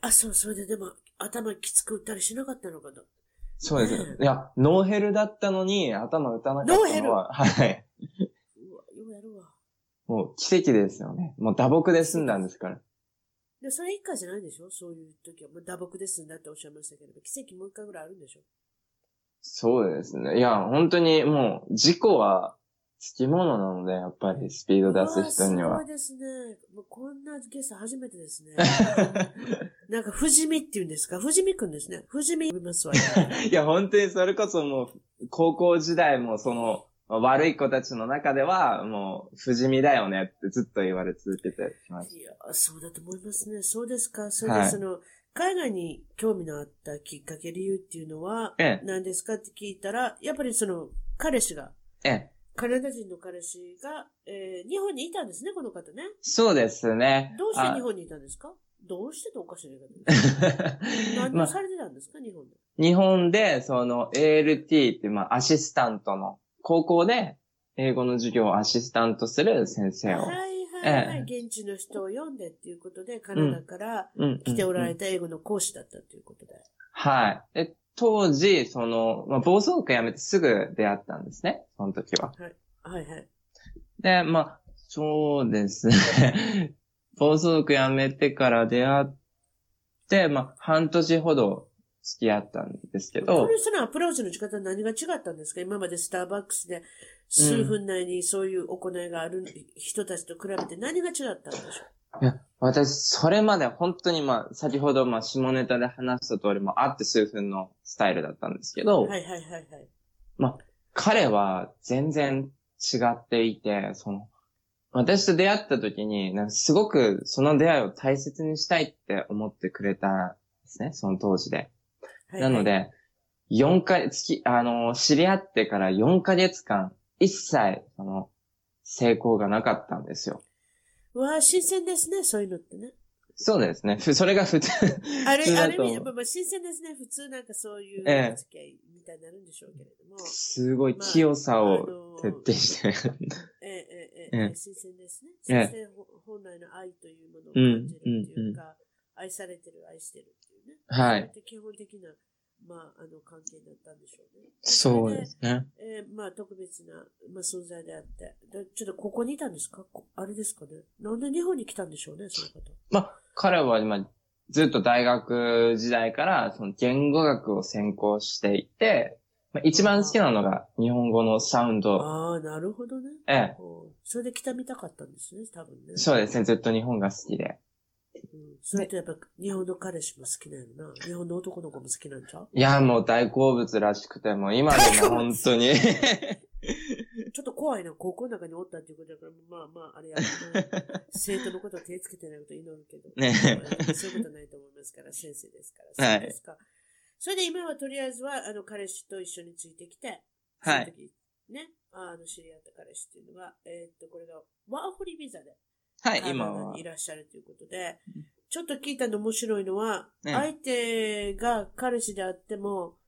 [SPEAKER 1] あ、そう、それででも、頭きつく打ったりしなかったのかな。
[SPEAKER 3] そうです。いや、ノーヘルだったのに、頭打たなかったのは、はい。
[SPEAKER 1] うわ、ようやるわ。
[SPEAKER 3] もう奇跡ですよね。もう打撲で済んだんですから。
[SPEAKER 1] で、それ以下じゃないでしょそういう時は。もう打撲ですんだっておっしゃいましたけど、奇跡もう一回ぐらいあるんでしょ
[SPEAKER 3] そうですね。いや、本当にもう、事故は、つきものなので、やっぱりスピード出す人に
[SPEAKER 1] うわ
[SPEAKER 3] は
[SPEAKER 1] すごい。ですね。もうこんなゲスト初めてです
[SPEAKER 3] <laughs>
[SPEAKER 1] ね。なんか、藤見って言うんですか藤見くんですね。藤見呼びますわ。
[SPEAKER 3] <laughs> いや、本当にそれこそもう、高校時代もその、悪い子たちの中では、もう、不死身だよねってずっと言われ続けてきまし
[SPEAKER 1] いや、そうだと思いますね。そうですか。それ
[SPEAKER 3] は
[SPEAKER 1] で、
[SPEAKER 3] い
[SPEAKER 1] その、海外に興味のあったきっかけ、理由っていうのは、
[SPEAKER 3] ええ
[SPEAKER 1] 何ですかって聞いたら、やっぱりその、彼氏が、
[SPEAKER 3] た。ええ。
[SPEAKER 1] カナダ人の彼氏が、えー日本にいたんですね、この方ね。
[SPEAKER 3] そうですね。
[SPEAKER 1] どうして
[SPEAKER 3] あ
[SPEAKER 1] 日本にいたんですかどうしてとおかしい言い
[SPEAKER 3] <laughs>
[SPEAKER 1] 方ですね何
[SPEAKER 3] ま
[SPEAKER 1] を
[SPEAKER 3] あ
[SPEAKER 1] されてたんですか、日本で。
[SPEAKER 3] 日本で、その ALT って、まあ、アシスタントの、高校で、英語の授業をアシスタントする先生を。
[SPEAKER 1] はいはいはい。
[SPEAKER 3] え
[SPEAKER 1] 現地の人を読んでっていうことで、カナダから
[SPEAKER 3] うん
[SPEAKER 1] 来ておられ
[SPEAKER 3] て。
[SPEAKER 1] た英語の講師だったということで。
[SPEAKER 3] はい。え、当時、その、まあ、暴走区辞めてすぐ出会ったんですね。その時は。
[SPEAKER 1] はいはい。
[SPEAKER 3] で、まあ、そうですね。 <laughs> 暴走族辞めてから出会って、まあ、半年ほど付き合ったんですけ
[SPEAKER 1] こ
[SPEAKER 3] ど
[SPEAKER 1] の、人のアプローチの仕方は何が違ったんですか今までスターバックスで数分内にそういう行いがある人たちと比べて何が違ったんでしょ
[SPEAKER 3] 私、それまで本当にまあ、先ほどまあ、下ネタで話した通り、まあ、会って数分のスタイルだったんですけど、
[SPEAKER 1] うはいはいはいはい。
[SPEAKER 3] 彼は全然違っていて、その、私と出会った時に、なんかすごくその出会いを大切にしたいって思ってくれたんですね、その当時で。
[SPEAKER 1] はいは
[SPEAKER 3] ないの、で、4回、月、あの、知り合ってから4ヶ月間、一切、その、成功がなかったんですよ。
[SPEAKER 1] うわあ、新鮮ですね、そういうのってね。
[SPEAKER 3] そうですね。ふそれが普通。
[SPEAKER 1] あれ、
[SPEAKER 3] 普通
[SPEAKER 1] あ
[SPEAKER 3] だ
[SPEAKER 1] る
[SPEAKER 3] と
[SPEAKER 1] 意
[SPEAKER 3] 思
[SPEAKER 1] 味、
[SPEAKER 3] う
[SPEAKER 1] まあまあ新鮮ですね。普通なんかそういう
[SPEAKER 3] ええ
[SPEAKER 1] お付き合いみたいになるんでしょうけれども。
[SPEAKER 3] すごい清さを
[SPEAKER 1] まああ
[SPEAKER 3] 徹
[SPEAKER 1] の
[SPEAKER 3] 底して。
[SPEAKER 1] ええええ
[SPEAKER 3] え
[SPEAKER 1] ええ
[SPEAKER 3] え
[SPEAKER 1] 新鮮ですね。
[SPEAKER 3] ええ
[SPEAKER 1] 新鮮ほ本来の愛というものを感じるっていうか、愛されてる、愛してるっていうね。
[SPEAKER 3] は
[SPEAKER 1] そう
[SPEAKER 3] い
[SPEAKER 1] っ。て基本的な、まあ、あの、関係だったんでしょうね。
[SPEAKER 3] そう
[SPEAKER 1] れ
[SPEAKER 3] ですね。
[SPEAKER 1] えーまあ、特別な、まあ、存在であって。でちょっとここにいたんですかこあれですかね。なんで日本に来たんでしょうね、その方。
[SPEAKER 3] まあ、彼は今、ずっと大学時代から、その言語学を専攻していて、まあ、一番好きなのが日本語のサウンド。
[SPEAKER 1] ああ、なるほどね。
[SPEAKER 3] ええ。
[SPEAKER 1] ほうそれで来たみたかったんですね、多分ね。
[SPEAKER 3] そうですね。ずっと日本が好きで。
[SPEAKER 1] うんそれとやっぱ、日本の彼氏も好きなよな。日本の男の子も好きなんちゃう
[SPEAKER 3] いや、もう大好物らしくて、もう今でも <laughs> 本当
[SPEAKER 1] <laughs>
[SPEAKER 3] に。
[SPEAKER 1] ちょっと怖いな、高校の中におったっていうことだから、まあまあ、あれ
[SPEAKER 3] <laughs>
[SPEAKER 1] やけど生徒のことを手つけてないことを祈るけど、
[SPEAKER 3] ね
[SPEAKER 1] そういうことないと思います
[SPEAKER 3] <laughs>
[SPEAKER 1] から、先生ですから。
[SPEAKER 3] はい
[SPEAKER 1] そうですか。それで今はとりあえずは、あの、彼氏と一緒についてきて、
[SPEAKER 3] は
[SPEAKER 1] そ
[SPEAKER 3] い。
[SPEAKER 1] の時ね、あの、知り合った彼氏っていうのが、えーっと、これがワーホリビザで、
[SPEAKER 3] はい、
[SPEAKER 1] カナ
[SPEAKER 3] 今
[SPEAKER 1] ダ
[SPEAKER 3] は
[SPEAKER 1] にい。らっしゃるということで、ちょっと聞いたの面白いのは、
[SPEAKER 3] ええ
[SPEAKER 1] 相手が彼氏であっても、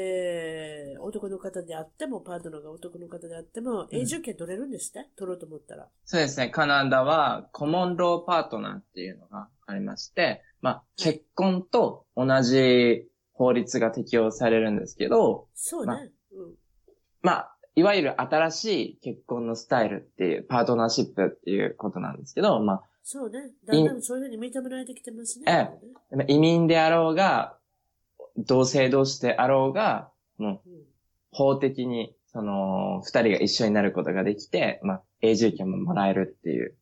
[SPEAKER 1] えー、男の方であっても、パートナーが男の方であっても、
[SPEAKER 3] うん
[SPEAKER 1] 永住権取れるんですって取ろうと思ったら。
[SPEAKER 3] そうですね、カナダはコモンローパートナーっていうのがありまして、まあ、結婚と同じ法律が適用されるんですけど、
[SPEAKER 1] そう
[SPEAKER 3] まあ
[SPEAKER 1] ね。うん。
[SPEAKER 3] まあ、いわゆる新しい結婚のスタイルっていう、パートナーシップっていうことなんですけど、ま
[SPEAKER 1] そうね。だんだんそういうふうに認められてきてますね。
[SPEAKER 3] えあ、まあ移民であろうが、同性同士であろうが、もう
[SPEAKER 1] うん
[SPEAKER 3] 法的に、その、二人が一緒になることができて、まあ、永住権ももらえるっていう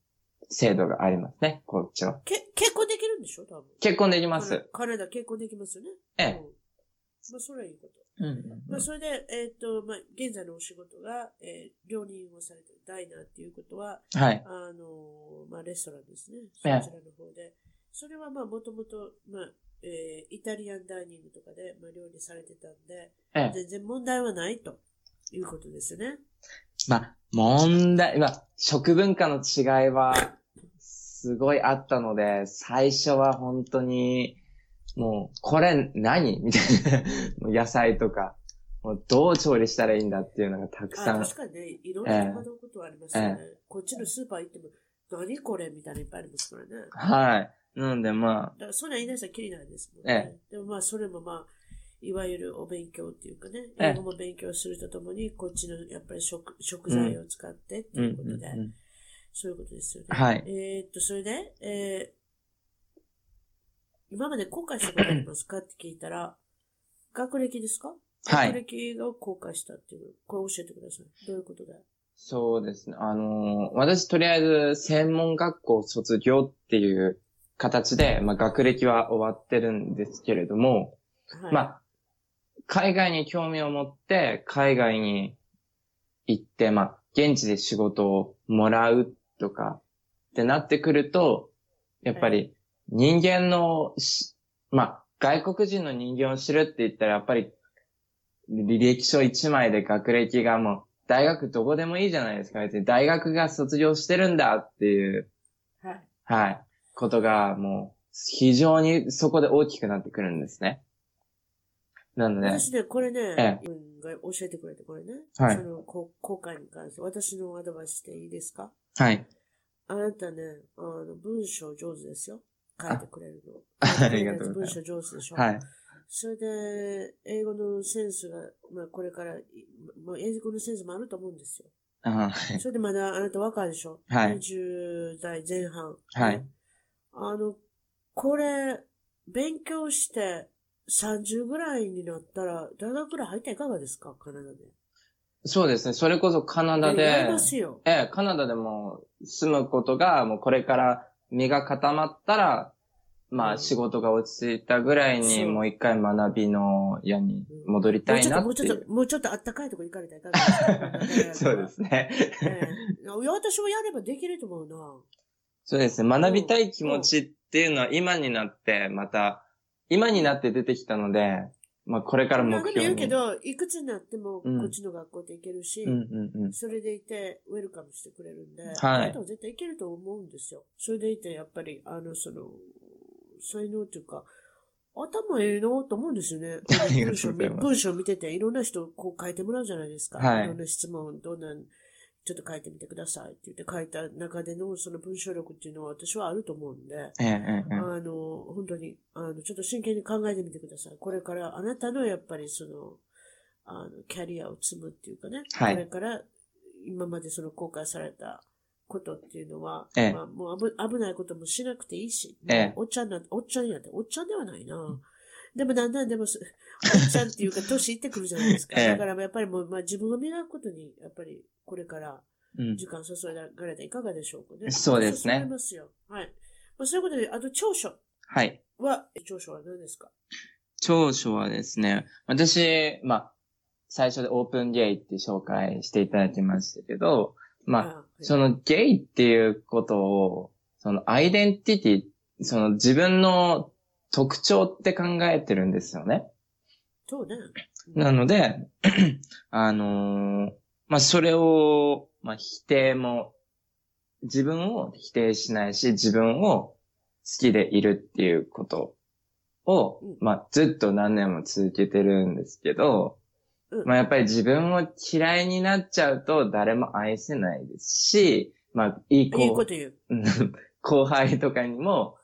[SPEAKER 3] 制度がありますね、こっちは。
[SPEAKER 1] け結婚できるんでしょ多分。
[SPEAKER 3] 結婚でき
[SPEAKER 1] カ
[SPEAKER 3] ま
[SPEAKER 1] ナ
[SPEAKER 3] す。
[SPEAKER 1] カナダ結婚できますよね。
[SPEAKER 3] え
[SPEAKER 1] う
[SPEAKER 3] え。
[SPEAKER 1] んまあ、それはいいこと。
[SPEAKER 3] うん
[SPEAKER 1] まあ、それで、えっ、と、まあ、現在のお仕事が、えー、料理をされてるダイナーっていうことは、
[SPEAKER 3] はい。
[SPEAKER 1] あのーまあ、レストランですね。そ
[SPEAKER 3] ええ
[SPEAKER 1] ちらの方で。それはまあ、もともと、まあ、えーイタリアンダイニングとかで、まあ、料理されてたんで、
[SPEAKER 3] ええ。
[SPEAKER 1] 全然問題はないということですよね。
[SPEAKER 3] まあ、問題、まあ、食文化の違いは、すごいあったので、最初は本当に、もう、これ何みたいな。 <laughs> 野菜とか、もうどう調理したらいいんだっていうのがたく
[SPEAKER 1] あ
[SPEAKER 3] さん。
[SPEAKER 1] 確かにね、いろんな戸惑うことはありますよね。こっちのスーパー行っても、何これみたいなのいっぱいありますからね。だ
[SPEAKER 3] はい。なのでま
[SPEAKER 1] から、そんなん言い出したらきりないですもんね。でもまあ、それもまあ、いわゆるお勉強っていうかね、
[SPEAKER 3] ええ
[SPEAKER 1] 英語も勉強するとともに、こっちのやっぱり食食材を使ってって
[SPEAKER 3] あ、う
[SPEAKER 1] い
[SPEAKER 3] ん
[SPEAKER 1] うこと
[SPEAKER 3] うん
[SPEAKER 1] で、
[SPEAKER 3] うん
[SPEAKER 1] そういうことですよね。
[SPEAKER 3] はい
[SPEAKER 1] えーっと、それで、えー今まで後悔したことありますかって聞いたら、学歴ですか
[SPEAKER 3] はい
[SPEAKER 1] 学歴を後悔したっていう。これ教えてください。どういうことだよ。
[SPEAKER 3] そうですね。あのー私とりあえず専門学校卒業っていう形で、まあ学歴は終わってるんですけれども、
[SPEAKER 1] はい。
[SPEAKER 3] まあ、海外に興味を持って、海外に行って、まあ、現地で仕事をもらうとか、ってなってくると、やっぱり人間のし、まあ、外国人の人間を知るって言ったら、やっぱり、履歴書1枚で学歴がもう、大学どこでもいいじゃないですか。別に大学が卒業してるんだっていう、
[SPEAKER 1] はい。
[SPEAKER 3] はい、ことがもう、非常にそこで大きくなってくるんですね。なので、
[SPEAKER 1] 私ね、これね
[SPEAKER 3] え、
[SPEAKER 1] 自分が教えてくれて、これね。
[SPEAKER 3] はい
[SPEAKER 1] その、こ後悔に関して、私のアドバイスでいいですか
[SPEAKER 3] はい。
[SPEAKER 1] あなたね、あの、文章上手ですよ。書いてくれるの。
[SPEAKER 3] あありがとうございます
[SPEAKER 1] 文章上手でしょ。
[SPEAKER 3] はい。
[SPEAKER 1] それで、英語のセンスが、まあ、これからい、まあ、英語のセンスもあると思うんですよ。
[SPEAKER 3] あはい。
[SPEAKER 1] それでまだあなた若いでしょ
[SPEAKER 3] はい
[SPEAKER 1] 20代前半。
[SPEAKER 3] はい。
[SPEAKER 1] あの、これ、勉強して30ぐらいになったら、大学ぐらい入っていかがですかカナダで。
[SPEAKER 3] そうですね。それこそカナダ
[SPEAKER 1] いやや
[SPEAKER 3] で
[SPEAKER 1] り、ますよ。
[SPEAKER 3] ええ、カナダでも住むことが、もうこれから身が固まったら、
[SPEAKER 1] う
[SPEAKER 3] ま
[SPEAKER 1] ん
[SPEAKER 3] あ仕事が落ち着いたぐらいに、
[SPEAKER 1] そう
[SPEAKER 3] もう一回学びの家に戻りたいな
[SPEAKER 1] もう
[SPEAKER 3] っ
[SPEAKER 1] ち
[SPEAKER 3] て
[SPEAKER 1] ょっ
[SPEAKER 3] い
[SPEAKER 1] と、もうちょっと、もうちょ
[SPEAKER 3] う。
[SPEAKER 1] っとあったかいとこ行かれたらいかがですか
[SPEAKER 3] <laughs> そうで。すね。
[SPEAKER 1] ええいや私もやればできると思うな。
[SPEAKER 3] そうですね。学びたい気持ちっていうのは今になって、また、今になって出てきたので、まあこれから目
[SPEAKER 1] まあでも
[SPEAKER 3] 標に。
[SPEAKER 1] 言うけど、いくつになっても、
[SPEAKER 3] うん
[SPEAKER 1] こっちの学校で行けるし、
[SPEAKER 3] うんうんうん。
[SPEAKER 1] それでいて、ウェルカムしてくれるんで、
[SPEAKER 3] はい
[SPEAKER 1] あなたは絶対いけると思うんですよ。それでいて、やっぱり、あの、その、才能というか、頭ええなと思うんですよね。
[SPEAKER 3] ありが
[SPEAKER 1] 文
[SPEAKER 3] と
[SPEAKER 1] 章
[SPEAKER 3] うございます
[SPEAKER 1] 文章見てて、いろんな人こう書いてもらうじゃないですか。
[SPEAKER 3] はい
[SPEAKER 1] ろんな質問、どんなん、ちょっと書いてみてくださいって言って書いた中でのその文章力っていうのは私はあると思うんで、
[SPEAKER 3] <laughs> ええええええ
[SPEAKER 1] あの、本当に、あの、ちょっと真剣に考えてみてください。これから、あなたのやっぱりその、あの、キャリアを積むっていうかね、
[SPEAKER 3] はい
[SPEAKER 1] これから、今までその後悔されたことっていうのは、
[SPEAKER 3] ええ
[SPEAKER 1] まあ、もう危危ないこともしなくていいし、
[SPEAKER 3] ええ
[SPEAKER 1] おっちゃんな、おっちゃんやって、おっちゃんではないな。でもだんだんでもす、おっちゃんっていうか、 <laughs> 年いってくるじゃないですか。
[SPEAKER 3] ええ
[SPEAKER 1] だからやっぱりもう、まあ自分が磨くことに、やっぱりこれから、
[SPEAKER 3] うん
[SPEAKER 1] 時間注いだられていかがでしょうかね。
[SPEAKER 3] そうですね
[SPEAKER 1] 注いますよ。はい。まあ、そういうことで、あと長所
[SPEAKER 3] はい。
[SPEAKER 1] は、長所は何ですか
[SPEAKER 3] 長所はですね、私、まあ、最初でオープンゲイって紹介していただきましたけど、まあ、
[SPEAKER 1] あはい
[SPEAKER 3] そのゲイっていうことを、そのアイデンティティ、その自分の特徴って考えてるんですよね。
[SPEAKER 1] そうね。
[SPEAKER 3] なので、 <clears throat> あのーまあ、それを、まあ、否定も、自分を否定しないし、自分を好きでいるっていうことを
[SPEAKER 1] うん、
[SPEAKER 3] まあ、ずっと何年も続けてるんですけど、
[SPEAKER 1] うん
[SPEAKER 3] まあ、やっぱり自分を嫌いになっちゃうと誰も愛せないですし、まあ、いい
[SPEAKER 1] いいこ
[SPEAKER 3] 子
[SPEAKER 1] と言う。
[SPEAKER 3] うん <laughs> 後輩とかにも、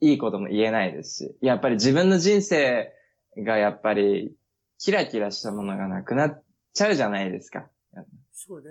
[SPEAKER 3] いいことも言えないですし、やっぱり自分の人生がやっぱり、キラキラしたものがなくなっちゃうじゃないですか。
[SPEAKER 1] そうね。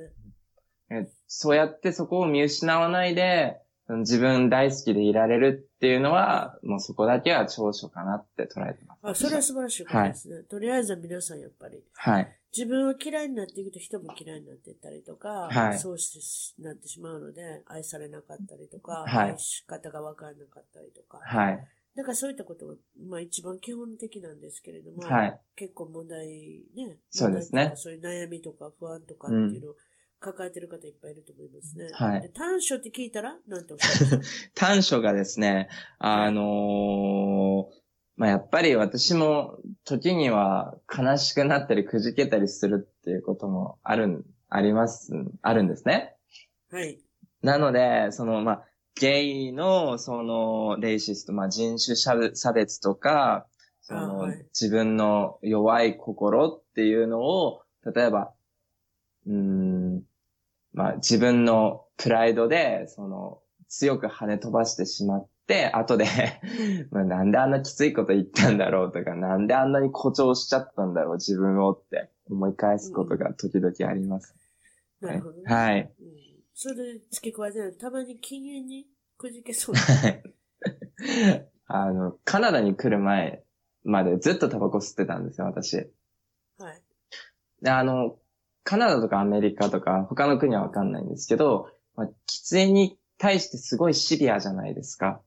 [SPEAKER 3] えそうやってそこを見失わないで、その自分大好きでいられるっていうのは、もうそこだけは長所かなって捉えてます。
[SPEAKER 1] あ、それは素晴らしいことですね。とりあえずは皆さんやっぱり、
[SPEAKER 3] はい。
[SPEAKER 1] 自分を嫌いになっていくと人も嫌いになっていったりとか、
[SPEAKER 3] はい
[SPEAKER 1] そうしてなってしまうので、愛されなかったりとか、
[SPEAKER 3] はい
[SPEAKER 1] 愛し方がわからなかったりとか、
[SPEAKER 3] はい。
[SPEAKER 1] だからそういったことが、まあ一番基本的なんですけれども、
[SPEAKER 3] はい。
[SPEAKER 1] 結構問題ね。
[SPEAKER 3] そうですね
[SPEAKER 1] 問題とかそういう悩みとか不安とかっていうのを抱えてる方いっぱいいると思いますね。
[SPEAKER 3] はい
[SPEAKER 1] で短所って聞いたら、なんておっしゃいますか
[SPEAKER 3] 短所がですね、あのーまあやっぱり私も時には悲しくなったりくじけたりするっていうこともあるん、あります、あるんですね。 <laughs>
[SPEAKER 1] はい。
[SPEAKER 3] なので、その、まあ、ゲイの、その、レイシスト、まあ、人種差別差別とか、その、
[SPEAKER 1] あはい
[SPEAKER 3] 自分の弱い心っていうのを、例えば、うーん、まあ、自分のプライドで、その、強く跳ね飛ばしてしまって、後で、 <laughs> まあ、なんであんなきついこと言ったんだろうとか、なんであんなに誇張しちゃったんだろう、自分をって思い返すことが時々あります。
[SPEAKER 1] なるほどね。
[SPEAKER 3] はい。
[SPEAKER 1] うんそれで付け加えてないたまに禁煙にくじけそう。
[SPEAKER 3] はい <laughs> あの、カナダに来る前までずっとタバコ吸ってたんですよ、私。
[SPEAKER 1] はい。
[SPEAKER 3] で、あの、カナダとかアメリカとか他の国はわかんないんですけど、まあ、喫煙に対してすごいシビアじゃないですか。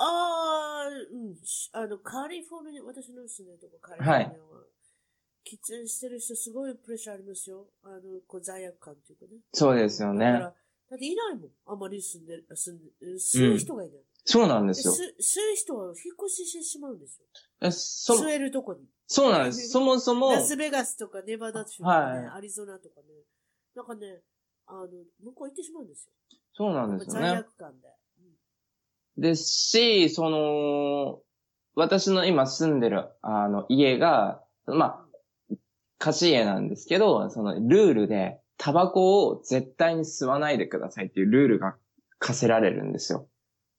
[SPEAKER 1] ああ、うん。しあの、カリフォルニア、私の住んでるとこカリフォルニアは、喫煙してる人すごいプレッシャーありますよ。あの、こう罪悪感っていうかね。
[SPEAKER 3] そうですよ
[SPEAKER 1] だか
[SPEAKER 3] ね。
[SPEAKER 1] ら、だっていないもん。あんまり住んでる、住んで吸う人がいない。
[SPEAKER 3] そうなん
[SPEAKER 1] で
[SPEAKER 3] で
[SPEAKER 1] す
[SPEAKER 3] よ。
[SPEAKER 1] 吸う人は引っ越ししてしまうんですよ。
[SPEAKER 3] えそ、
[SPEAKER 1] 吸えるとこに。
[SPEAKER 3] そうなんです。そもそも、
[SPEAKER 1] ラスベガスとかネバダ州とかね、
[SPEAKER 3] は
[SPEAKER 1] アリゾナとかね。なんかね、あの、向こう行ってしまうんですよ。
[SPEAKER 3] そうなんですよ
[SPEAKER 1] 罪
[SPEAKER 3] ね。
[SPEAKER 1] 悪感で。
[SPEAKER 3] ですし、その、私の今住んでる、あの、家が、まあ、貸し家なんですけど、その、ルールで、タバコを絶対に吸わないでくださいっていうルールが課せられるんですよ。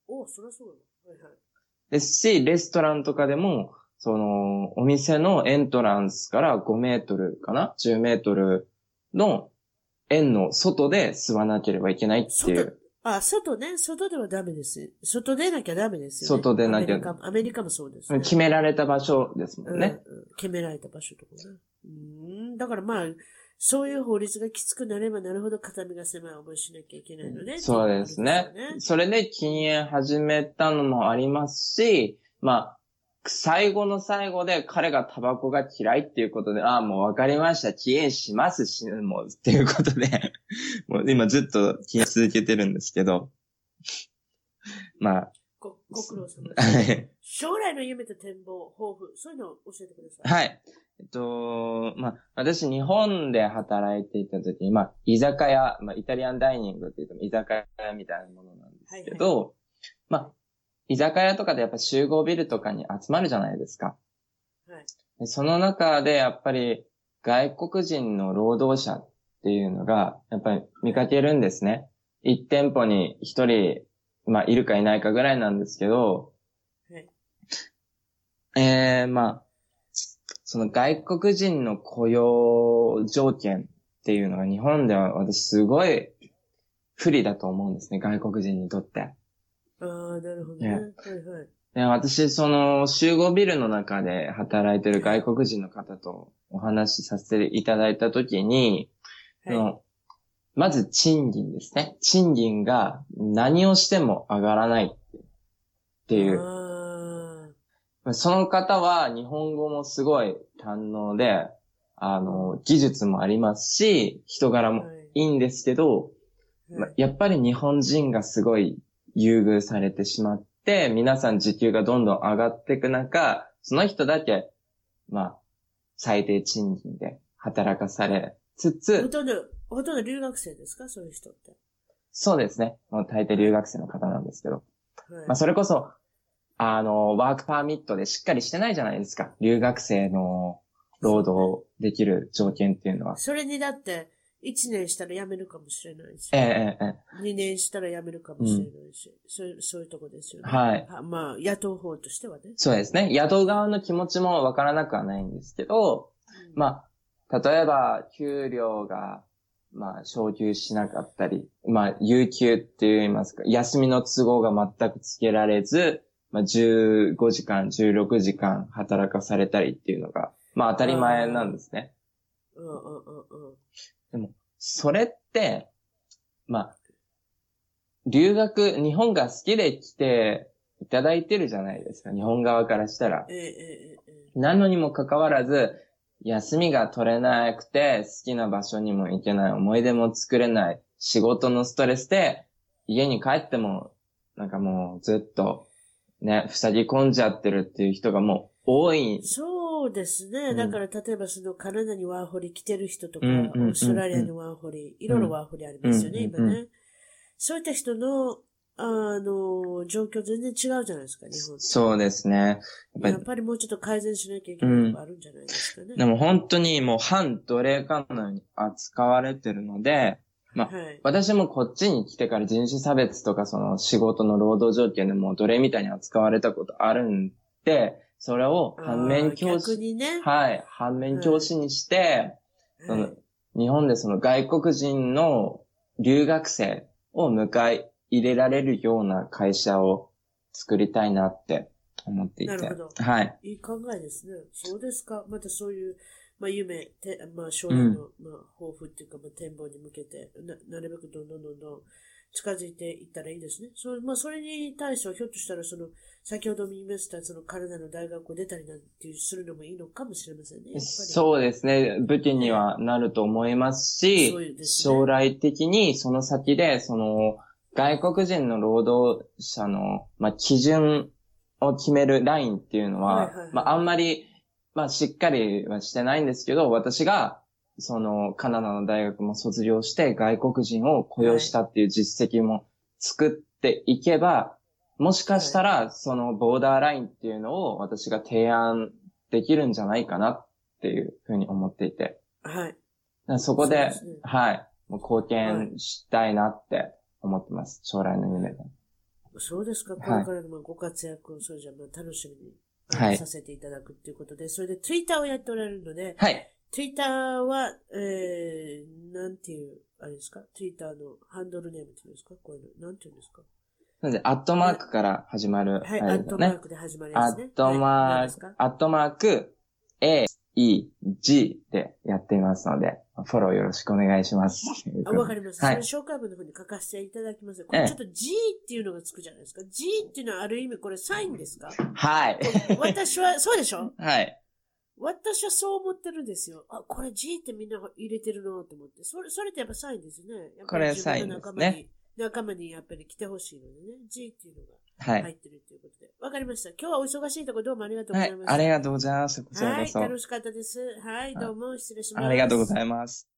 [SPEAKER 1] おそりゃそうだ。はいはい。
[SPEAKER 3] ですし、レストランとかでも、その、お店のエントランスから5メートルかな ?10 メートルの円の外で吸わなければいけないっていう。
[SPEAKER 1] あ、外ね、外ではダメです。外出なきゃダメですよ、ね。
[SPEAKER 3] 外出なき
[SPEAKER 1] アメ
[SPEAKER 3] ゃ
[SPEAKER 1] リカもアメリカもそうです、
[SPEAKER 3] 決められた場所ですもんね。
[SPEAKER 1] うんうん決められた場所とかね。うん、だからまあ、そういう法律がきつくなればなるほど肩身が狭い思いしなきゃいけないのね。
[SPEAKER 3] そうですね
[SPEAKER 1] っていうこと。ですよ
[SPEAKER 3] それで禁煙始めたのもありますし、まあ、最後の最後で彼がタバコが嫌いっていうことで、ああ、もうわかりました。禁煙しますし、もうっていうことで、 <laughs> もう今ずっと禁煙続けてるんですけど。まあ、
[SPEAKER 1] ごご苦労様です。
[SPEAKER 3] <laughs> はい。
[SPEAKER 1] 将来の夢と展望、抱負、そういうのを教えてください。い。
[SPEAKER 3] はい。えっと、まあ、私日本で働いていた時に、まあ、居酒屋、まあ、イタリアンダイニングって言っても居酒屋みたいなものなんです
[SPEAKER 1] はい、
[SPEAKER 3] けど、まあ、居酒屋とかでやっぱ集合ビルとかに集まるじゃないですか。
[SPEAKER 1] はい
[SPEAKER 3] でその中でやっぱり外国人の労働者っていうのが、やっぱり見かけるんですね。一店舗に一人、まあ、いるかいないかぐらいなんですけど、
[SPEAKER 1] はい
[SPEAKER 3] ええまあ、その外国人の雇用条件っていうのが日本では私すごい不利だと思うんですね、外国人にとって。
[SPEAKER 1] ああ、なるほどね。
[SPEAKER 3] ね
[SPEAKER 1] はいはい。
[SPEAKER 3] で私、その、集合ビルの中で働いてる外国人の方とお話しさせていただいたときに、そ
[SPEAKER 1] はい、
[SPEAKER 3] のまず賃金ですね。賃金が何をしても上がらないっていう。
[SPEAKER 1] あ
[SPEAKER 3] その方は日本語もすごい堪能で、あの、技術もありますし、人柄
[SPEAKER 1] あ。
[SPEAKER 3] もいいんですけど、ま
[SPEAKER 1] はい
[SPEAKER 3] やっぱり日本人がすごい優遇されてしまって、皆さん時給がどんどん上がっていく中、その人だけ、まあ、最低賃金で働かされつ
[SPEAKER 1] ほ
[SPEAKER 3] つ、
[SPEAKER 1] とんど、ほとんど留学生ですかそういう人って。
[SPEAKER 3] そうですね。もう大抵留学生の方なんですけど。
[SPEAKER 1] はい。
[SPEAKER 3] まあ、それこそ、あの、ワークパーミットでしっかりしてないじゃないですか。留学生の労働できる条件っていうのは。
[SPEAKER 1] それにだって、1年したら辞めるかもしれないし、
[SPEAKER 3] ええ
[SPEAKER 1] 2
[SPEAKER 3] えええ
[SPEAKER 1] 年したら辞めるかもしれないし、そういうそういうとこですよ
[SPEAKER 3] え
[SPEAKER 1] ね。
[SPEAKER 3] はい。
[SPEAKER 1] あまあ、雇う方としてはね。
[SPEAKER 3] そうですね。雇う側の気持ちもわからなくはないんですけど、まあ、例えば、給料が、まあ、昇給しなかったり、まあ、有給って言いますか、休みの都合が全くつけられず、まあ、15時間、16時間働かされたりっていうのが、まあ、当たり前なんですね。
[SPEAKER 1] うんうんうんうん。
[SPEAKER 3] それって、まあ、留学、日本が好きで来ていただいてるじゃないですか、日本側からしたら。
[SPEAKER 1] ええええええ。
[SPEAKER 3] なのにもかかわらず、休みが取れなくて、好きな場所にも行けない、思い出も作れない、仕事のストレスで、家に帰っても、なんかもうずっと、ね、塞ぎ込んじゃってるっていう人がもう多い。
[SPEAKER 1] そうですね。
[SPEAKER 3] うん
[SPEAKER 1] だから、例えば、その、カナダにワーホリ来てる人とか、オ
[SPEAKER 3] うんうんうんうん
[SPEAKER 1] ーストラリアにワーホリ、いろいろワーホリありますよね、
[SPEAKER 3] うん
[SPEAKER 1] 今
[SPEAKER 3] うんうん
[SPEAKER 1] ね。そういった人の、あの、状況全然違うじゃないですか、日本と
[SPEAKER 3] そうですね。やっ
[SPEAKER 1] や
[SPEAKER 3] ぱ
[SPEAKER 1] っ
[SPEAKER 3] り、
[SPEAKER 1] ぱりもうちょっと改善しなきゃいけないとこあるんじゃないですかね。
[SPEAKER 3] でも本当にもう反奴隷かのように扱われてるので、ま
[SPEAKER 1] はい。
[SPEAKER 3] 私もこっちに来てから人種差別とかその仕事の労働条件でもう奴隷みたいに扱われたことあるんで、それを反面
[SPEAKER 1] あー
[SPEAKER 3] 教
[SPEAKER 1] 逆
[SPEAKER 3] 師、
[SPEAKER 1] にね。
[SPEAKER 3] はい、反面教師にして、そ
[SPEAKER 1] は
[SPEAKER 3] の
[SPEAKER 1] い
[SPEAKER 3] 日本でその外国人の留学生を迎え入れられるような会社を作りたいなって思っていて。
[SPEAKER 1] なるほ
[SPEAKER 3] はい。
[SPEAKER 1] いい考えですね。そうですか。またそういう、まあ、夢、てまあ、将来の、まあ、抱負っていうか、まあ、展望に向けてな、なるべくどんどんどんどん近づいていったらいいですね。そうまあ、それに対しては、ひょっとしたら、その、先ほども言いました、その、カナダの大学を出たりなんていうするのもいいのかもしれませんね。やっぱり
[SPEAKER 3] そうですね。武器にはなると思いますし、
[SPEAKER 1] そうですね
[SPEAKER 3] 将来的にその先で、その、外国人の労働者の、まあ、基準を決めるラインっていうのは、
[SPEAKER 1] はいはいはい
[SPEAKER 3] まあ、あんまり、まあ、しっかりはしてないんですけど、私が、その、カナダの大学も卒業して、外国人を雇用したっていう実績も作っていけば、もしかしたら、そのボーダーラインっていうのを私が提案できるんじゃないかなっていうふうに思っていて。だか
[SPEAKER 1] はい。
[SPEAKER 3] らそこで、
[SPEAKER 1] そうですね
[SPEAKER 3] はい、もう貢献したいなって思ってます。将来の夢で。
[SPEAKER 1] そうですか。こ
[SPEAKER 3] はい
[SPEAKER 1] れからのまあご活躍を、それじゃあまあ楽しみにあの
[SPEAKER 3] はい
[SPEAKER 1] させていただくということで、それで Twitter をやっておられるので、
[SPEAKER 3] はい。
[SPEAKER 1] ツイッターは、えー、なんていう、あれですかツイッターのハンドルネームっていうんですかこういうの、なんていうんですか
[SPEAKER 3] なので、アットマークから始まる。
[SPEAKER 1] はい、
[SPEAKER 3] あ
[SPEAKER 1] ア
[SPEAKER 3] れ
[SPEAKER 1] ッ
[SPEAKER 3] だ
[SPEAKER 1] ト
[SPEAKER 3] よ
[SPEAKER 1] マ
[SPEAKER 3] ね
[SPEAKER 1] ー。クで始まりま
[SPEAKER 3] ア
[SPEAKER 1] すね。
[SPEAKER 3] ット
[SPEAKER 1] はい
[SPEAKER 3] マ
[SPEAKER 1] 何
[SPEAKER 3] ー
[SPEAKER 1] ですか
[SPEAKER 3] ク、アットマーク、A、E、G でやっていますので、フォローよろしくお願いします。
[SPEAKER 1] あ、わかります。
[SPEAKER 3] はい
[SPEAKER 1] それ紹介文の方に書かせていただきます。これちょっと G っていうのがつくじゃないですか。G っていうのはある意味これサインですか
[SPEAKER 3] はい。
[SPEAKER 1] 私は、そうでしょ
[SPEAKER 3] はい。
[SPEAKER 1] 私はそう思ってるんですよ。あ、これ G ってみんな入れてるなと思って。それ、それってやっぱサインですね。やっぱり
[SPEAKER 3] これ
[SPEAKER 1] 自分の
[SPEAKER 3] サインですね
[SPEAKER 1] 仲間に。仲間にやっぱり来てほしいのでね。G っていうのが。
[SPEAKER 3] はい。
[SPEAKER 1] 入ってるということで。わかりました。今日はお忙しいところどうもありがとうござ
[SPEAKER 3] はい
[SPEAKER 1] いまし。た。
[SPEAKER 3] ありがとうございます。こちら
[SPEAKER 1] は
[SPEAKER 3] こ
[SPEAKER 1] い、
[SPEAKER 3] そ。
[SPEAKER 1] 楽しかったです。はい、どうも失礼します。
[SPEAKER 3] ありがとうございます。